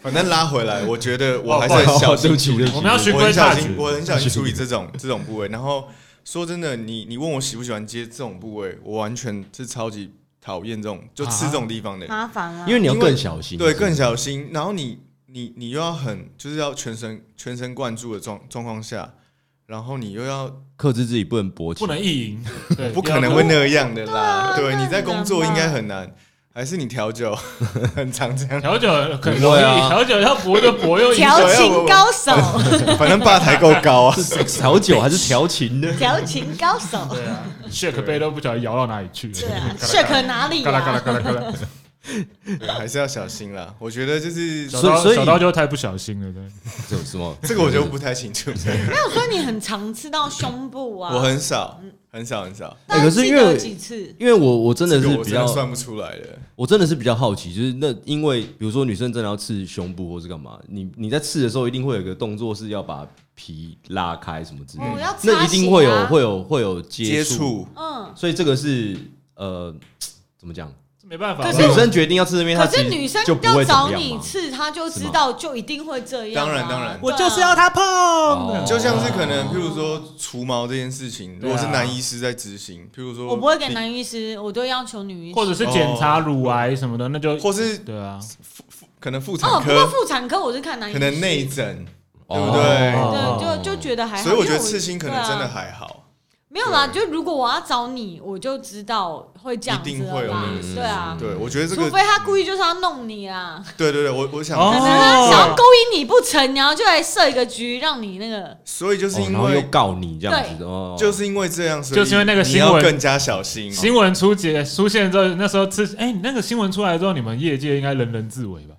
反正拉回来，我觉得我还是
哦
很小
对
心
不起，对不起
我们要学
我
循规
很小
蹈矩
心，我很小心处理这种这种部位。然后说真的，你你问我喜不喜欢接这种部位，我完全是超级讨厌这种就吃这种地方的，
麻烦了。
因为你要更小心，
对，更小心。然后你你你又要很就是要全神全神贯注的状状况下，然后你又要
克制自己，不能勃起
不。能意淫，对
不可能会那样的啦，
对啊
对，
那
你在
很难
工作
吧
应该很难，还是你 调酒很常这样。
调酒很
不
容易，
会啊
调酒要搏就搏又赢。
调情高 手，
反正吧台够高 啊，
是 调酒还是调情呢？
调情高手。
对 啊，shake 杯都不晓得摇到哪里去了。
对啊， 血可哪里
嘎啦嘎啦
呀？
嘎啦嘎 啦，
对还是要小心啦。我觉得就是
小
所以
刀
所以
小刀就太不小心了，对。
这什么？
这个我就不太 清楚，
没有说你很常吃到胸部啊？
我很少很少很少。
但
哎可是
记
因
得
为
几次？
因为我我真的
这
是
个我
比
真的
较，
算不出来的。
我真的是比较好奇，就是那因为比如说女生真的要刺胸部或是干嘛，你你在刺的时候一定会有一个动作是要把皮拉开什么之类
哦要
的，
擦
嗯那一定会
洗
有
啊
会有会有接
接
触，
触，
嗯，
所以这个是呃怎么讲？
这没办法，啊
可是
女生决定要刺这边，她
可
其
是
实
女生
就不
要
会怎
找
么样
你
嘛
刺，她就知
是吗
道就一定会这样啊。
当然当然
对
我
啊
就是要他
哦
碰。
哦
就像是可能，譬如说除毛这件事情，
啊
如果是男医师在执行，譬如说
我不会给男医师，我都要求女医师。
或者是检查乳癌什么的，那就
哦或是
对啊，
可能妇
哦，
产
不过
科，
妇产科我是看男医
可
师，
能内诊，对不
哦
对？
对，就就觉得还好。
所以我觉得
因为
刺青可能真
对
的
啊
还好。
没有啦。
对
就如果我要找你，我就知道会这样子
一定
了
会有
啦
那个事
对啊。
对，我觉嗯得这
除
个，
非他故意就是要弄你啦，
对对对，我我想，
可
哦
能他想要勾引你不成，然后就来设一个局让你那个。
所以就是
哦
因
然后又
为
告你这样子哦，
就是因为这样，所以
就是因为那个
你
新
要
闻
更加小心。
新闻出结出现之后，那时候刺，哎、你那个新闻出来之后，你们业界应该人人自危吧？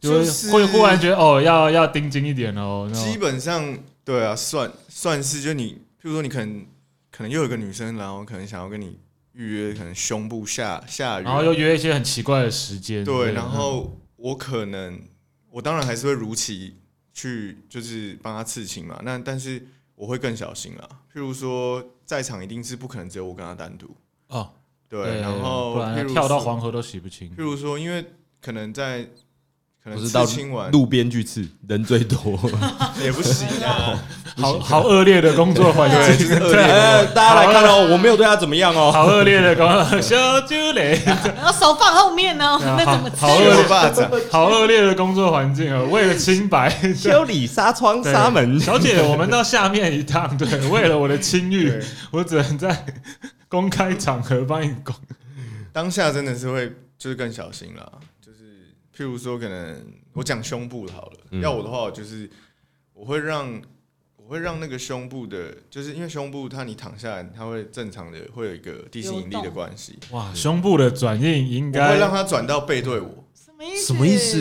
就
就是
是会忽然觉得哦，要要盯紧一点哦。那
基
种
本上对啊，算算是就你，譬如说你可能可能又有个女生，然后可能想要跟你预约，可能胸部下下缘，
然后又约一嗯些很奇怪的时间。
对，然后我可能我当然还是会如期去，就是帮他刺青嘛。那但是我会更小心啦。譬如说，在场一定是不可能只有我跟他单独，
哦，
对。然后
不然
譬如
跳到
说，
黄河都洗不清
譬。如说，因为可能在可
不
能
哦是到
刺青完
路边去刺，人最多。
也不行 啊，
好好恶劣的工作环
对，就
境，
是恶劣的
哎，大家来看哦，我没有对他怎么样哦。
好恶劣的工作，小猪 嘞，
然后手放后面呢，
啊
那怎么吃
好？好恶
学
劣
我爸 掌，
好恶劣的工作环境哦，为了清白，
修理纱窗、
对
纱门，
小姐，我们到下面一趟，对，为了我的清誉
对，
我只能在公开场合帮你公
当下真的是会就是更小心啦，就是譬如说，可能我讲胸部好了，
嗯
要我的话，我就是我会让我会让那个胸部的，就是因为胸部它你躺下来，它会正常的会有一个地心引力
流
的
动
关系，
哇， 胸部的转印应
我会
该
让它转到背对我，
什么意思？
什么意思？？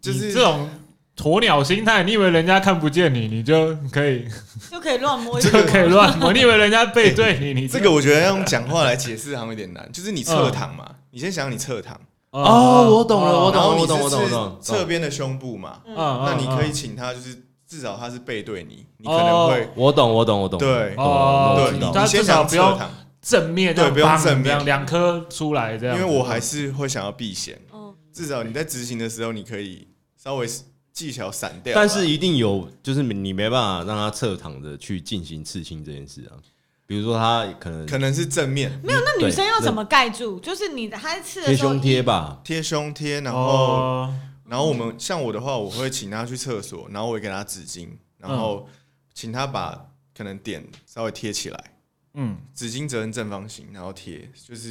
就
你
是
这种鸵鸟心态，你以为人家看不见你，你就可 以
就可以乱摸一
就
下，
可以乱摸；你以为人家背对你，你就
这个我觉得用讲话来解释好像有点难，就是你侧躺嘛，你先想你侧躺，
哦我懂了我懂
然后你
我懂
是
我懂我懂啊
刺
懂
侧边的胸部嘛，
嗯嗯
那你可以
嗯
请他就是至少他是背对你，你可能会
我懂，我懂，我懂。
对
懂了那
哦
我
对，
知
你
道。
他
你先
至少
想
不
侧
要
躺。
正面
对不用
帮
正面
这样两颗出来这样
因
子，哦
为我还是会想要避嫌，
哦
至少你在执行的时候，你可以稍微技巧闪掉吧。
但是一定有，就是你没办法让他侧躺着去进行刺青这件事啊。比如说他可能
可能是正面
没有，那女生
对
要怎么盖住？就是你她在吃的
贴
时候，
胸贴吧，
贴胸贴，然后、
哦
然后我们像我的话，我会请他去厕所，然后我会给他纸巾，然后
嗯
请他把可能点稍微贴起来，
嗯，
纸巾折成正方形，然后贴，就是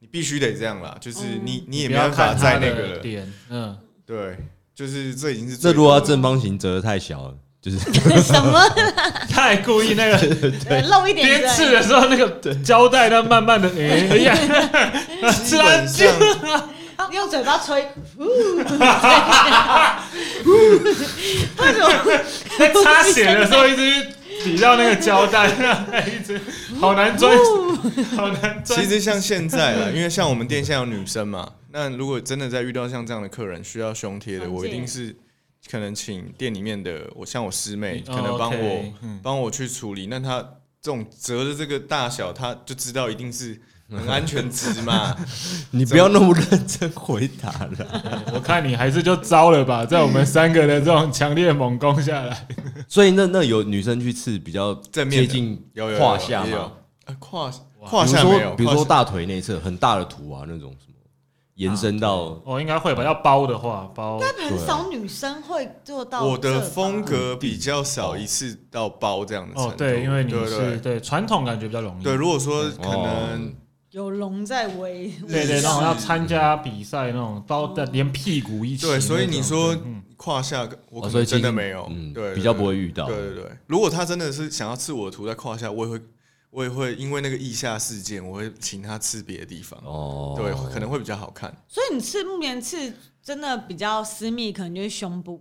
你必须得这样啦，就
哦
是你、你也
不
没
要
办法
看
在
他
那个
的
了，
点，嗯，
对，就是这已经是
这
最
如果
多
要
的
正方形折的太小了，就是
什么呃
太故意那 个
露一点
边
人
刺的时候，那个胶带它慢 慢的，哎呀，
基本上
啊用嘴巴吹，呜为什么？
在擦血的时候一直抵到那个胶 带，一直好难钻，好难钻
其。实像现在
嗯
了，因为像我们店现在有女生嘛，那如果真的在遇到像这样的客人需要胸贴的，
常见
我一定是可能请店里面的我像我师妹，
哦
可能帮
OK，
我
嗯
帮我去处理。那她这种折的这个大小，她就知道一定是很安全 值嘛。
你不要那么认真回答了。
我看你还是就糟了吧，在我们三个的这种强烈猛攻下来，
所以那那有女生去刺比较
正面
接
的
近
有有
胯下
也有
嘛，，
呃胯
哇
胯
比如
下没有，
说比如说
胯下
大腿内侧很大的图啊那种什么延伸
啊
到
哦，应该会吧？要包的话，包
很少女生会做到。
我的风，格比较少一次到包这样的程
嗯哦
度。，
对，因为你
对
是
对
对传统感觉比较容易，
对，如果说可
哦
能
有龙在围，
对对，
日
那种要
式
参加比赛那种包的，连屁股一起那
对，
种。
所以你说
嗯
胯下，我可
哦所以
能
其实
真的没有，
嗯，
对，
比较不会遇到
对。对对，如果他真的是想要刺我的图在胯下，我也会，我也会因为那个腋下事件，我会请他刺别的地方，
哦，
对，可能会比较好看。
所以你刺木棉刺真的比较私密，可能就是胸部，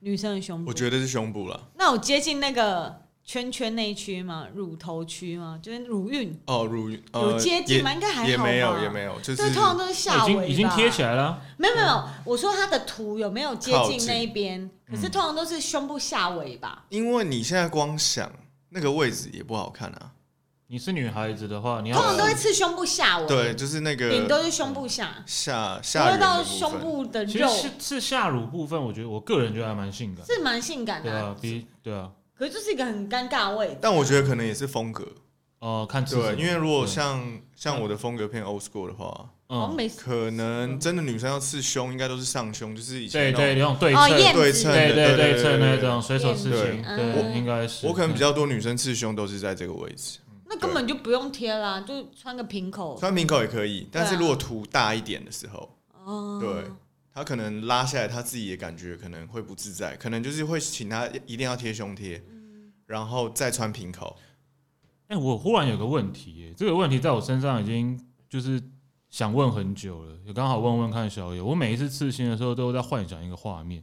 女生的胸部。
我觉得是胸部了。
那有接近那个圈圈那一区吗？乳头区吗？就是乳晕，
哦，乳晕
有
呃
接近吗？应该还好
也也没有
吧
也没有，就是
对，通常都是
哦已
下围吧
经已经贴起来了，
没有没有没有，我说它的图有没有接
靠
近
近
那一边？可
嗯
是通常都是胸部下围吧。
因为你现在光想那个位置也不好看啊。
你是女孩子的话，你要
通常都会刺胸部下围，
嗯对，，就是那
顶多
个
是胸部下，
下
不
下
会
缘的
到
部分
胸部的
其实
肉，
是是下乳部分，我觉得我个人觉得还蛮性感，
是蛮性感
对
的啊、
啊，比对啊，
可是就是一个很尴尬的位置。
但我觉得可能也是风格，
哦，看吃什
对，
么
因为如果
对
像像我的风格偏 old school 的话，
哦，
嗯，
没事
可能真的女生要刺胸，应该都是上胸，就是以
对
前那
对，
种
那种对
哦
称，
燕
对
子
称
对
的，
对对
对
称那
对
种水手刺青，
对
对，
嗯
应该是
我可能比较多女生刺胸都是在这个位置，
那根本就不用贴啦，就穿个平口。
穿平口也可以，但是如果图大一点的时候，
哦，
对，她可能拉下来，她自己也感觉可能会不自在，可能就是会请她一定要贴胸贴，然后再穿平口。
哎、我忽然有个问题、耶，这个问题在我身上已经就是想问很久了，也刚好问问看小野。我每一次刺青的时候，都在幻想一个画面，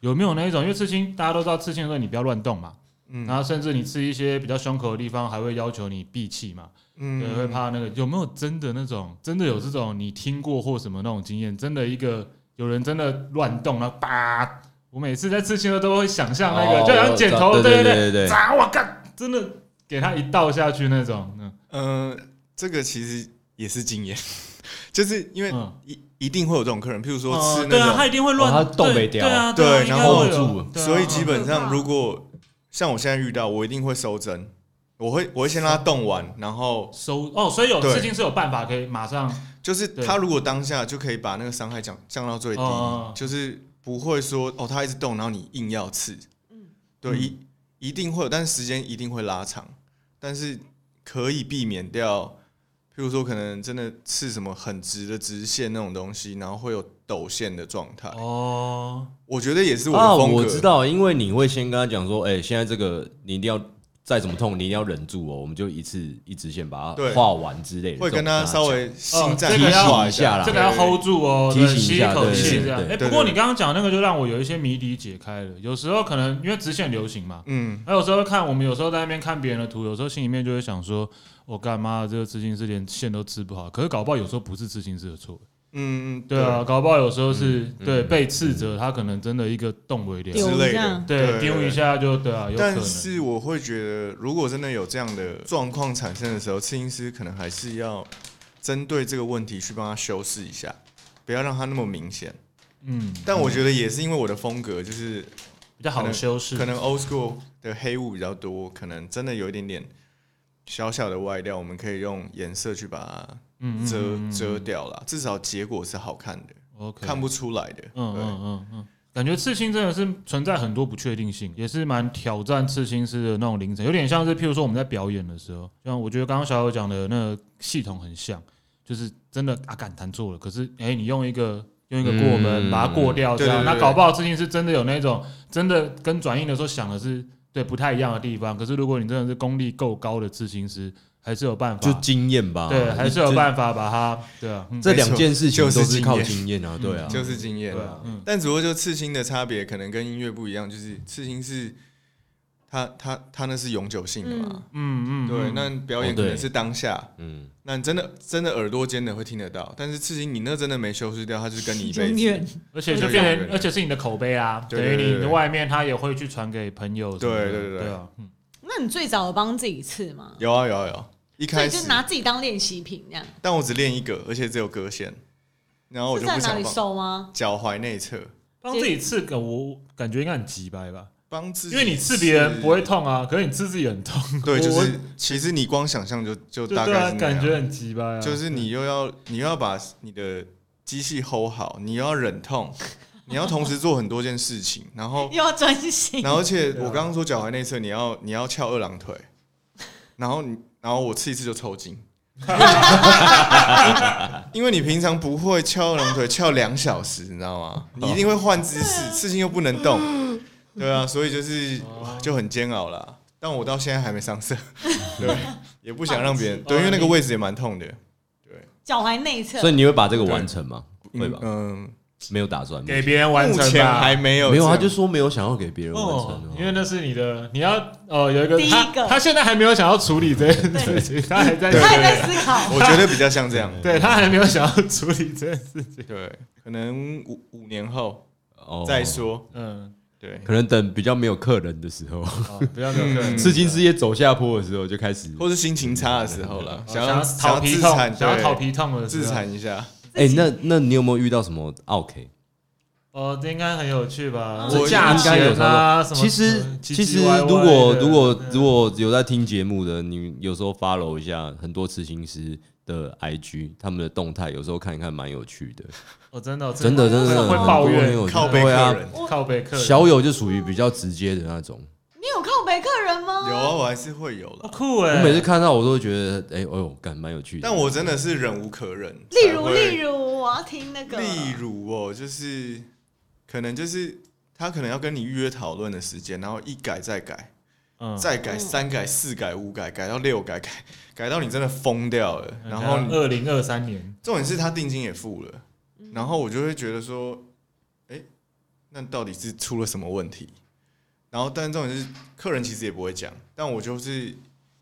有没有那一种？因为刺青大家都知道，刺青的时候你不要乱动嘛，
嗯
然后甚至你刺一些比较胸口的地方，还会要求你闭气嘛，对，会
嗯，
怕那个。有没有真的那种，真的有这种你听过或什么那种经验？真的一个有人真的乱动，然后叭，我每次在刺青的时候都会想象那个，
哦
就好像剪头，
对
对
对
对
对对对
砸我干，真的给他一倒下去那种。嗯，
呃，这个其实也是经验，就是因为
嗯
一一定会有这种客人，譬如说
哦
吃
对
那
啊，
种
他一定会乱，
哦他动北调
对啊，
对
啊应该
然后
会有
住
对啊
所以基本
很可
上，
怕
如果像我现在遇到，我一定会收针，我会我会先让他动完，然后
收哦，所以有
对
事情是有办法可以马上
就是
对
他如果当下就可以把那个伤害降降到最低
哦，
就是不会说哦他一直动，然后你硬要刺，对，
嗯
一一定会有，但是时间一定会拉长，但是可以避免掉，譬如说可能真的刺什么很直的直线那种东西，然后会有抖线的状态，
哦，
我觉得也是我
啊，
的风格，
我知道，因为你会先跟他讲说，哎、现在这个你一定要再怎么痛，你一定要忍住哦，我们就一次一直线把它
对
画完之类的。
会
这
跟
种
他
他
稍微心
哦这
战
个要
化
提一下啦
这个要 hold 住哦，
提
对
醒一
吸
下
口
对
气
对
这样。
对
哎，
对
不过
对
你刚刚讲那个就让我有一些谜底解开了。有时候可能因为直线流行嘛，
嗯，
还有时候看我们有时候在那边看别人的图，有时候心里面就会想说，我干妈这个刺青师连线都吃不好。可是搞不好有时候不是刺青师的错，
嗯，
对啊，，搞不好有时候是对被刺者他可能真的一个动为
丢
良，
之类
这
的
样，
对丢一。下就对啊，有可
但
能。
是我会觉得，如果真的有这样的状况产生的时候，刺青师可能还是要针对这个问题去帮他修饰一下，不要让他那么明显。
嗯，
但我觉得也是因为我的风格，就是
比较好修饰，
可能 old school 的黑雾比较多，可能真的有一点点小小的歪掉，我们可以用颜色去把
嗯
它
嗯
遮
嗯嗯
遮掉啦，至少结果是好看的，
OK
看不出来的。
嗯
对
嗯嗯嗯，感觉刺青真的是存在很多不确定性，也是蛮挑战刺青师的那种灵程，有点像是譬如说我们在表演的时候，像我觉得刚刚小友讲的那个系统很像，就是真的啊，敢弹错了，可是哎、你用一个。用一个过
嗯
门、把它过掉，这
对
样
对对
那搞不好刺青师真的有那种真的跟转印的时候想的是对不太一样的地方。可是如果你真的是功力够高的刺青师，还是有办
就
法，
经验吧，
对，还是有
就
办法把它，对啊，嗯
这两件事情
没错
都是靠
就是
经验啊，对啊，
就是经验
对啊，嗯，
但只不过就刺青的差别，可能跟音乐不一样，就是刺青是它它它那是永久性的嘛，
嗯嗯，
对，
嗯
那表演
哦
可
对
能是当下，
嗯，
那你真的真的耳朵尖的会听得到，但是刺青你那真的没修饰掉，它就是跟你一辈
永远
子，
而且就
对
变
对
成，
对
而且是你的口碑啊，
对
等
对
于
对
你
对
的外面他也会去传给朋友什么的。
对对对对
对啊，嗯
那你最早有帮自己刺吗？
有啊有啊有啊，一
所以
开
就
始，
拿自己当练习品这样，
但我只练一个，而且只有割线，然后哦我
是
就
在
不
哪
想
里
放
收吗？
脚踝内侧，
帮自己刺个，我感觉应该很急白吧，
帮自己，
因为你刺别人不会，痛啊，可是你刺自己很痛，
对，就
我
是其实你光想象就就
就
大
对
概
啊，
是那
感
样
觉很急白啊。
就是你又要你又要把你的机器 hold 好，你又要忍痛，你要同时做很多件事情，然 后
又要专心，
然后而且我刚刚说脚踝内侧，你要你要翘二郎腿，然后你然后我刺一次就抽筋，因为你平常不会翘二郎腿翘两小时，你知道吗？你一定会换姿势，刺青又不能动，对啊，所以就是就很煎熬啦。但我到现在还没上色，对，也不想让别人对，因为那个位置也蛮痛的。
脚踝内侧
所。以你会把这个完成吗？会吧？
嗯，
没有打算，
给别人完
目
成
前
吧。
还没有这
没
样，
有，他啊就说没有想要给别人完
哦
成，，
因为那是你的，你要哦有一个
第一
他
个
他现在还没有想要处理这件事 情，他还在
对
他
对
也在思考，
我觉得比较像这样。
对他还没有想要处理这件事情。
对，可能五五年后
哦
再，说。
嗯，
对，
可能等比较没有客人的时 候，
好，不要没有客人
嗯
刺青事业走下坡的时候就开始。
或是心情差的时候了，
哦想
要
要
哦想
讨
要
皮
自
痛，
残，
想要
对
讨皮痛的时候
自残一下。
哎，那那你有没有遇到什么 OK？
哦，这应该很有趣吧？
我
价
应该有
钱啊，什么
其实
呃唧唧
其实
歪歪的
如果如果
嗯
如果有在听节目的，你有时候 follow 一下很多刺青师的 IG，他们的动态有时候看一看蛮有趣的，
哦，真的哦
真的真
真
的
会抱
很多很有
怨
趣
靠背
对啊
客人
靠背客人，
小友就属于比较直接的那种，
你有靠北客人吗？
有啊，我还是会有
好
了，
酷哎！
我每次看到我都会觉得，哎、哎呦，干蛮有趣的。
但我真的是忍无可忍。
例如，
才会
例，如，我要听那个，
例如哦，就是可能就是他可能要跟你预约讨论的时间，然后一改再改，
嗯
再改三改四改五改，改到六改改改到你真的疯掉了，
嗯
然后你
二零二三年，
重点是他定金也付了，然后我就会觉得说，哎、那到底是出了什么问题？然后，但重点是客人其实也不会讲，但我就是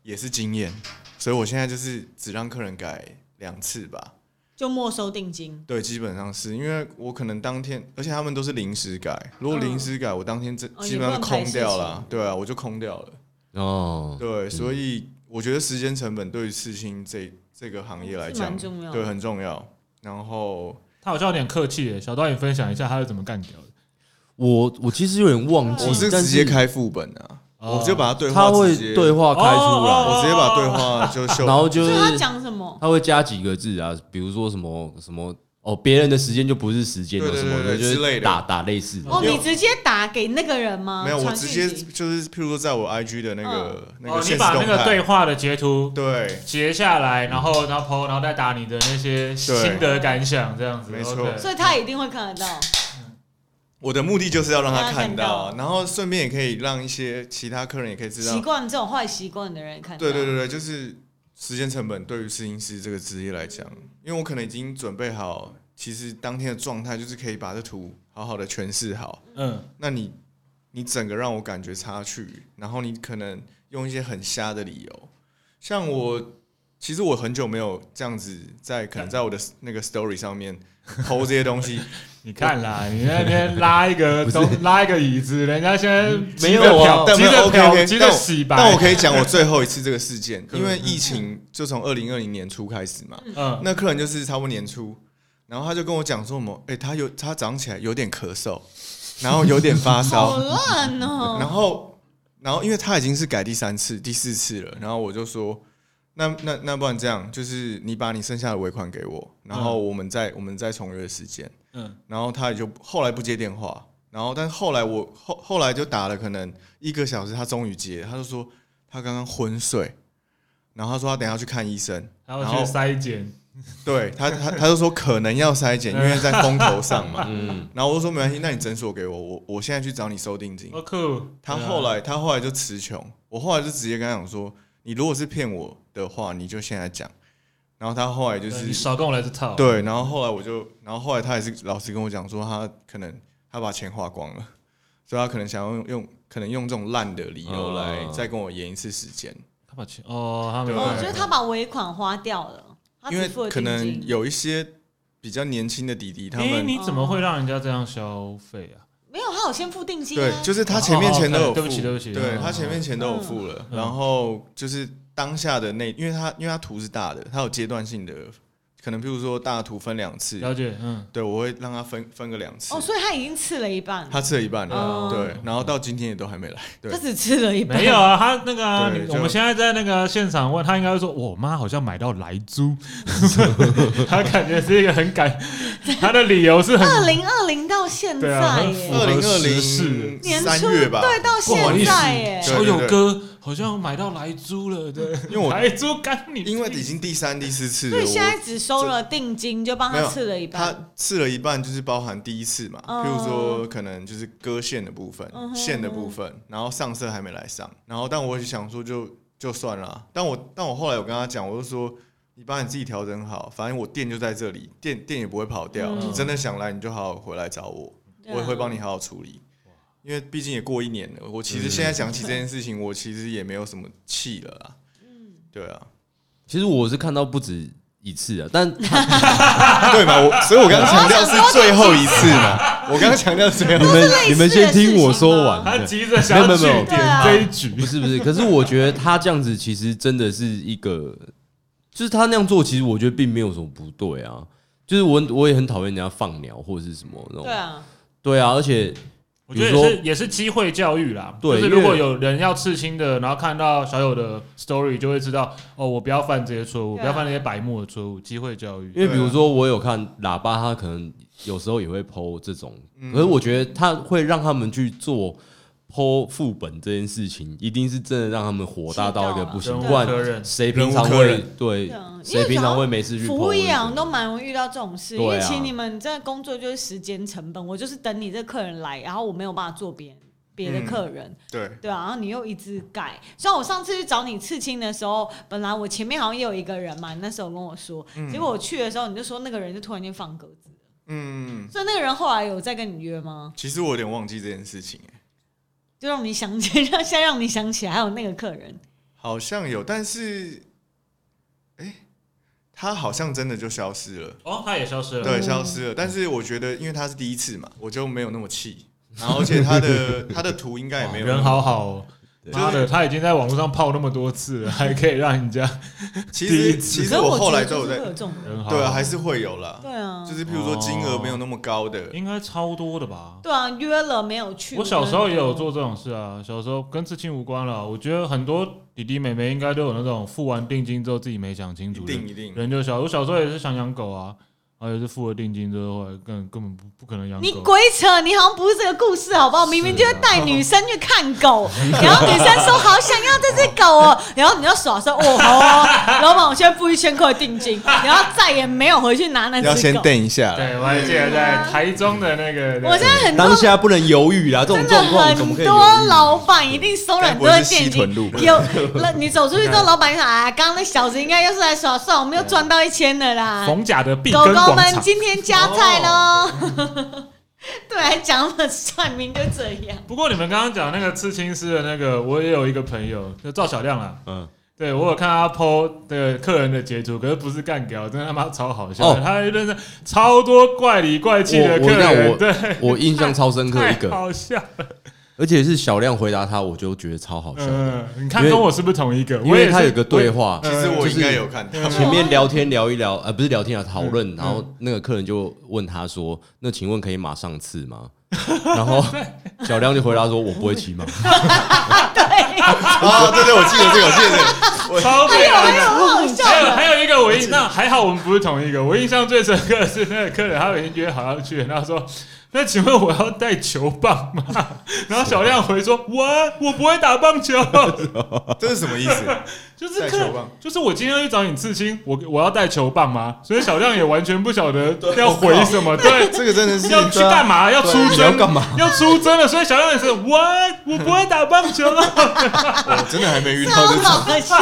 也是经验，所以我现在就是只让客人改两次吧。
就没收定金，
对，基本上是因为我可能当天，而且他们都是临时改，如果
嗯
临时改，我当天这
哦
基本上
也
就
不能排
空掉
事
了，对啊，我就空掉了。
哦，
对，所以我觉得时间成本对于刺青这这个行业来
是蛮
讲，
重要的
对很重要。然后
他好像有点客气耶，小导演分享一下他是怎么干掉的。
我我其实有点忘记，
我是
但
直接开副本啊，
哦
我就把他对话
他会
直接
对，话开出来，
哦
我直接把对话就秀，
然后就
所
是
以他讲什么？
他会加几个字啊，比如说什么什么哦，别人的时间就不是时间了，
对对
什么
对对
就是
之类的
打打类似的。
哦，
因为
你直接打给那个人吗？
没有，我
传
直
讯
接
息嗯
就是譬如说在我 IG 的那个那个
哦，你
现实
把那
动
个对
态，
话的截图
对，
截下来，然后然后 PO，然后再打你的那些心得感想，这样子。
没错
OK
所以他一定会看得到。
我的目的就是要让他看
让他
到
看到，
然后顺便也可以让一些其他客人也可以知道
习，惯这种坏习惯的人看到。
对对对对，就是时间成本对于摄影师这个职业来讲，因为我可能已经准备好，其实当天的状态就是可以把这图好好的诠释好。
嗯，
那你你整个让我感觉差距，然后你可能用一些很瞎的理由，像我其实我很久没有这样子在可能在我的那个 story 上面投这些东西，
你看啦，你在那边拉 一个东拉一个椅子，人家现在
没有啊
但
急
没有
着
OK
漂，
OK，
急着
但我
洗白。
但我可以讲我最后一次这个事件，因为
嗯
疫情就从二零二零年初开始嘛，
嗯，
那客人就是差不多年初，然后他就跟我讲说什么，哎、他有他早上起来有点咳嗽，然后有点发
好
烧，
烂哦、
然后然后因为他已经是改第三次、第四次了，然后我就说，那那那不然这样，就是你把你剩下的尾款给我，然后
嗯
我们再我们再重约时间。
嗯，
然后他也就后来不接电话，然后但后来我后后来就打了可能一个小时，他终于接了，他就说他刚刚昏睡，然后他说他等一下去看医生，
然后去筛检，
对他，他他就说可能要筛检，因为在风头上嘛。
嗯，
然后我就说没关系，那你诊所给我，我我现在去找你收定金。
哦酷。
他后来他后来就词穷，我后来就直接跟他讲说，你如果是骗我的话，你就现在讲。然后他后来就
对你
是
少跟我来这套。
对，然后后来我就，然后后来他也是老实跟我讲说，他可能他把钱花光了，所以他可能想要用用可能用这种烂的理由来
嗯
哦
再跟我延一次时间。
他把钱哦，他没
对
有。
我觉得他把尾款花掉了，他
因
只
为
付了
可
定
能
金。
有一些比较年轻的弟弟，他
诶
们
你怎么会让人家这样消费啊？
没有，他有先付定金、啊。
对，就是他前面钱都有
哦哦
付，
对对不起对不起嗯
他前面钱都有付了，
嗯
然后就是当下的那，因为他因为他图是大的，他有阶段性的，可能譬如说大图分两次，
了解，嗯，
对我会让他分分个两次
哦，，所以他已经吃了一半了，
他吃了一半
哦
了，对，然后到今天也都还没来，对
他，只吃了一半。
没有啊，他那个啊，
对
你
就
我们现在在那个现场问他，应该会说，我妈好像买到莱 猪，他感觉是一个很感，他的理由是
二
很
零二零到现
对啊
在
很
耶，
符合
二零二
时事
零
年
三
初
月吧，
对到
不好意
现
思
在耶，
对
小友哥好像买到莱猪了，对，
因为我
莱猪干你，
因为已经第三第四次了，
所以现在
我
只收了定金，就帮
没
他
有
吃了一半。
他吃了一半就是包含第一次嘛，
哦
譬如说可能就是割线的部分
嗯、哼
线的部分，然后上色还没来上，然后但我就想说就就算了啊，但我但我后来有跟他讲，我就说你把你自己调整好，反正我店就在这里，店店也不会跑掉，
嗯
你真的想来你就好好回来找我，
对啊
我也会帮你好好处理。因为毕竟也过一年了，我其
嗯
实现在想起这件事
嗯
情，我其实也没有什么气了啦。对啊，
其实我是看到不止一次啊， 但
对嘛？我所以，我刚刚强调是最后一次嘛。我刚刚强调是最后
你们
一次。
类似的
你们先听我说
事情吗
完。
他
对
急着想
没
要
有
去
没有没有
点
对啊
这一局
不，是不是，可是我觉得他这样子其实真的是一个，就是他那样做，其实我觉得并没有什么不对啊。就是我我也很讨厌人家放鸟或者是什么那种，
对啊，
对啊，而且
我觉得
比如说
也是也是机会教育啦。
对
就是如果
因为
有人要刺青的，然后看到小友的 story，就会知道哦，我不要犯这些错误，
对啊
不要犯那些白目的错误。机会教育，
因为比如说我有看喇叭，他可能有时候也会剖这种，
嗯
可是我觉得他会让他们去做剖副本这件事情，一定是真的让他们火大到一个不行，
人无
不
可
然
忍。
谁平常
忍无可
会
忍
对
对啊因为
谁平常会没事去
服务
剖
业好啊像都蛮容易遇到这种事，
对
因
啊
为其实你们这工作就是时间成本，我就是等你这客人来，然后我没有办法做别人别的客人，
对，
对啊，然后你又一直改。像我上次去找你刺青的时候，本来我前面好像也有一个人嘛，你那时候跟我说，结果我去的时候你就说那个人就突然间放鸽子，
嗯，
所以那个人后来有再跟你约吗？
其实我有点忘记这件事情、欸，
就让你想起， 让先让你想起来还有那个客人，
好像
嗯
有，但是，哎、他好像真的就消失了，
哦，他也消失了。
对，消失了。但是我觉得，因为他是 第一次嘛，我就没有那么气。然后，而且他的他的图应该也没有
人好好哦，妈的，他已经在网络上泡那么多次了，还可以让人家
其
第一
实
次
其实
可是
我后来
觉得
都有
就是
在
会有，这种人，
人好
对啊，还是会有啦。
对啊
就，是譬如说金额没有那么高的，
应该超多的吧？
对啊，约了没有去？
我小时候也有做这种事啊，小时候跟刺青无关了。我觉得很多弟弟妹妹应该都有那种付完定金之后自己没想清
一
楚，
定一定。
人就小。我小时候也是想养狗啊，然后也是付了定金之后，后来根根本不不可能养
你
狗。
鬼扯！你好像不是这个故事，好不好？明明就是带女生去看狗，然后女生说好想要这只狗哦，然后你就耍说哦好哦，老板我现在付一千块定金，然后再也没有回去拿那
要
只
先
狗。
定一下啦，
对，我还记得在台中的那个，
啊我现在很多
当下不能犹豫啦，这种
真的
状况怎么
很
可以犹
多
豫？
老板一定收了
该
很
不
多
会
的
是西
现
屯
金。
路吧？
有那你走出去之后，老板就想啊，刚刚那小子应该又是来耍帅，我们又赚到一千了啦。
逢甲的碧
狗狗
根广
们
场。
今天加菜喽。 对，还讲那么算命就这样。
不过你们刚刚讲那个刺青师的那个，我也有一个朋友，就赵小亮啦。
嗯，
对，我有看他 PO 的客人的截图，可是不是干掉，真的他妈超好笑的。
哦
他认识超多怪里怪气的
我
客
我让
人，
我
对，
我印象超深刻一
太
个，
好笑了。
而且是小亮回答他，我就觉得超好笑的，
嗯，你看
因为
跟我是不是同一个？
因
我也
为
是
他有个对，话，
呃
其实
就
我应该
是
有 看到，
前面聊天聊一聊，呃，不是聊天啊，讨论，然后那个客人就问他说：“那请问可以马上刺吗？” 然后小亮就回答说：“我不会骑 马。
啊，对对，我记得这个，我记得这个，
我
我
超
还
美
有还有
啊。
好好笑
还有
的，
还有一个我印，那还好我们不是同一个。我印象最深刻的是那个客人，他已经约好要去了，然后说：“那请问我要带球棒吗？” 然后小亮回说：“我我不会打棒球。”
这是什么意思？
就是
带
客人
球棒
就是我今天要去找你刺青，我我要带球棒吗？所以小亮也完全不晓得要回什么，对，
这个真的是啊
要去干嘛？要出
你
征
要干嘛？
要出征了，所以小亮也是我我不会打棒球，
我真的还没遇
超
到这种。
好笑。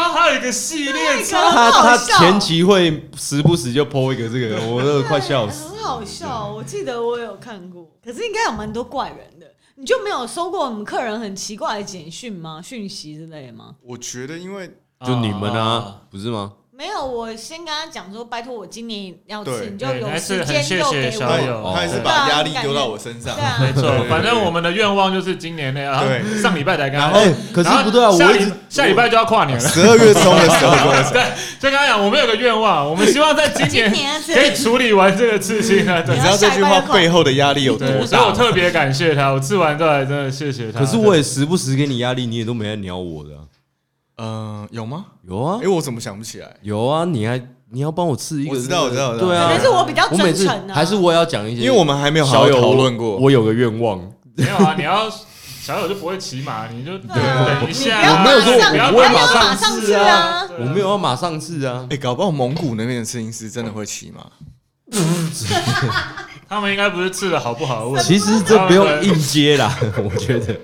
然后还有一个系列，
超
他
好
他
笑
前期会时不时就 PO 一个这个，我都快笑死。
很好笑，我记得我有看过，可是应该有蛮多怪人的。你就没有收过我们客人很奇怪的简讯吗？讯息之类的吗？
我觉得，因为
就你们啊，不是吗？
没有，我先跟他讲说，拜托我今年要吃，
对
你就有
还是
时
很
间
谢
又
谢
给
小
我。
友
他还是
对
把压力丢到我身上
对。啊
没错
对对，对
反正我们的愿望就是今年内啊，
对
上礼拜才跟他
哎，可是不对啊，
然后
我
下
一
礼
直
下礼拜就要跨年了。
十二月中的时候跟我讲，
对，就跟他讲，我们有个愿望，我们希望在今
今年
年
是
可以处理完这个刺青啊，
嗯
对
你知道这句话背后的压力有多
对，所以
大
我
吗？
特别感谢他，我吃完之后还真的谢谢他。
可是我也时不时给你压力，你也都没来鸟我的啊。
嗯，有吗？
有啊
哎，，我怎么想不起来？
有啊，你还你要帮我刺一个
我
那个，
知道我知道我知道
对
可能
啊
是。我比较
我每
真
次
诚啊，
还是我也要讲一些，
因为我们还没有好好
小友
讨论过。
我有个愿望，
没有啊，你要小友就不会骑马，你就
啊
等一下
你不要
啊。
我没有说
不要
我不会
不要
马
上
上刺
去啊
对啊
我没有要马上刺啊。
哎，搞不好蒙古那边的摄影师真的会骑马。
他们应该不是吃的好不好的问题。
其实这不用硬接 啦，我觉得。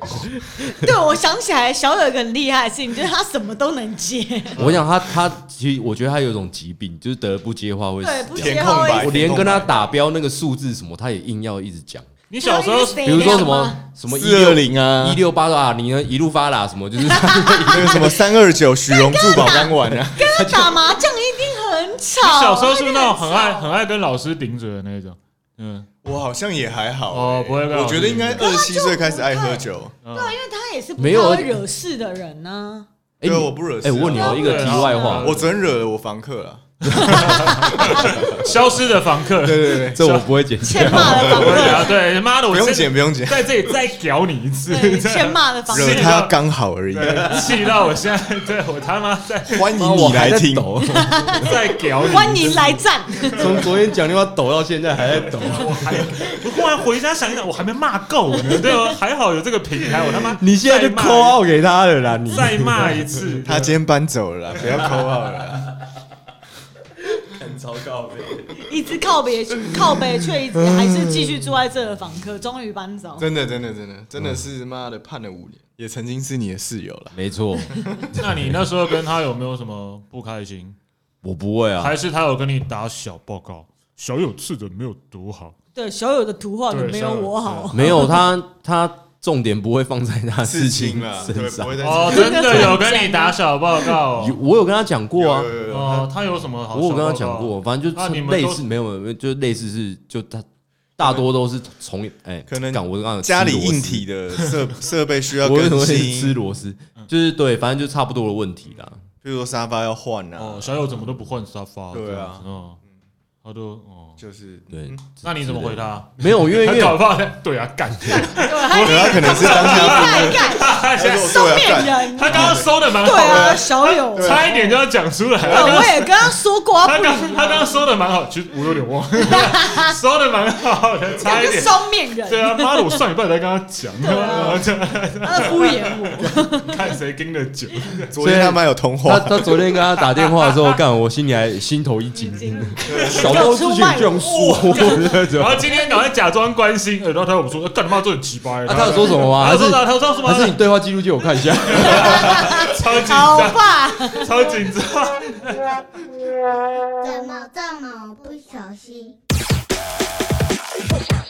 对我想起来，小友一个很厉害的事情，就是他什么都能接，
我想他他其实我觉得他有一种疾病，就是得不接话会
对，
死
不
掉。
接话
填空白
会。
我连跟他打标那个数字什么，他也硬要一直讲，
你小时候
比
比如说什么什么一
四二
六
零啊
一，六八啊，你呢一路发啦什么， 就是 哎
那个什么三二九许荣珠宝当晚啊，
跟他打麻将一定很吵。啊
你小时候是不是那种很爱
吵
很爱跟老师顶嘴的那种？嗯，
我好像也还好
哦
欸
不会跟老
我
师
觉得应该
比
啊
二十七岁开始爱喝酒，
对，因为他也是不
没有
太会惹事的人呢、
哎
对，
你
我不惹事
哎，
啊。
我问你哦，一个题外话，
我昨天惹了我房客了。
消失的房客。
对对对，
这我不会解 释。
欠骂的房
对
客，
啊，对，妈的，我
不用
真
剪
的
不用剪，
在这里再屌你一次，
对，欠骂的房
惹
客。
他刚好而已。
对气到我现在，对我他妈 在
欢迎
我
你
还在
来听，
抖，
在屌你。
欢迎来战，
从昨天讲电话抖到现在还在抖。
我还我忽然回家想一想，我还没骂够呢，对吧？还好有这个平台，我他妈
你现在就
再骂
call out 给他了啦，你
再骂一 次，
他今天搬走了啦，不要抠号了啦。
一直靠别靠北，却一直还是继续住在这的房客，终于搬走。
真的真的真的真的是妈的判了五年，也曾经是你的室友了。
没错，
那你那时候跟他有没有什么不开心？
我不会啊，
还是他有跟你打小报告？小友刺的没有读好，
对，小友的图画可
对
没有我 好。
没有他他重点不会放在他
刺
事情
青啦，对，
身
不
上
会。再
哦，真的有跟你打小报告
有我有跟他讲过啊
有，有有有
哦？他有什么好？
我有跟他讲，过，反正就
啊你
是
们
类
都
似没有没有，就类似是就他大多都是从哎、
可能
干我刚刚有吃
家里
螺丝
硬体的设设备需要
我为什
更
么会吃
新，
螺丝？就是对，反正就差不多的问题啦。
比如说沙发要换啊
哦，，小友怎么都不换沙发？
对啊
这样子哦，他都哦，
就是
对，
那你怎么回他？
没有，因为因
他
为
搞不好在对啊，干，
对，他已经
他可能是当下
在干
他说
上
对啊
面
干
人，
他刚刚收的蛮
对
好
啊，
的，
小友，对
差一点就要讲出来。他刚
我也跟他说过，
他刚他刚刚说的蛮好，其实我有点忘， 说的蛮好的，差一
他是
点。
双面人，
对啊，妈的，我上礼拜才跟他讲，
啊他在敷衍我，
看谁盯得久。
昨天他妈有通
他
话，
他昨天跟他打电话的时候，干我心里还心头一紧， 小偷之前这样
然
说，
后今天赶快假装关心，呃然后他又不说，呃干他妈这很鸡巴。
啊他有说什么吗
他有说啥？
还
他有说什么？
还是你对话记录借我看一下？
超紧
好
张，
吧，
超紧张。
怎么这么不小心？不小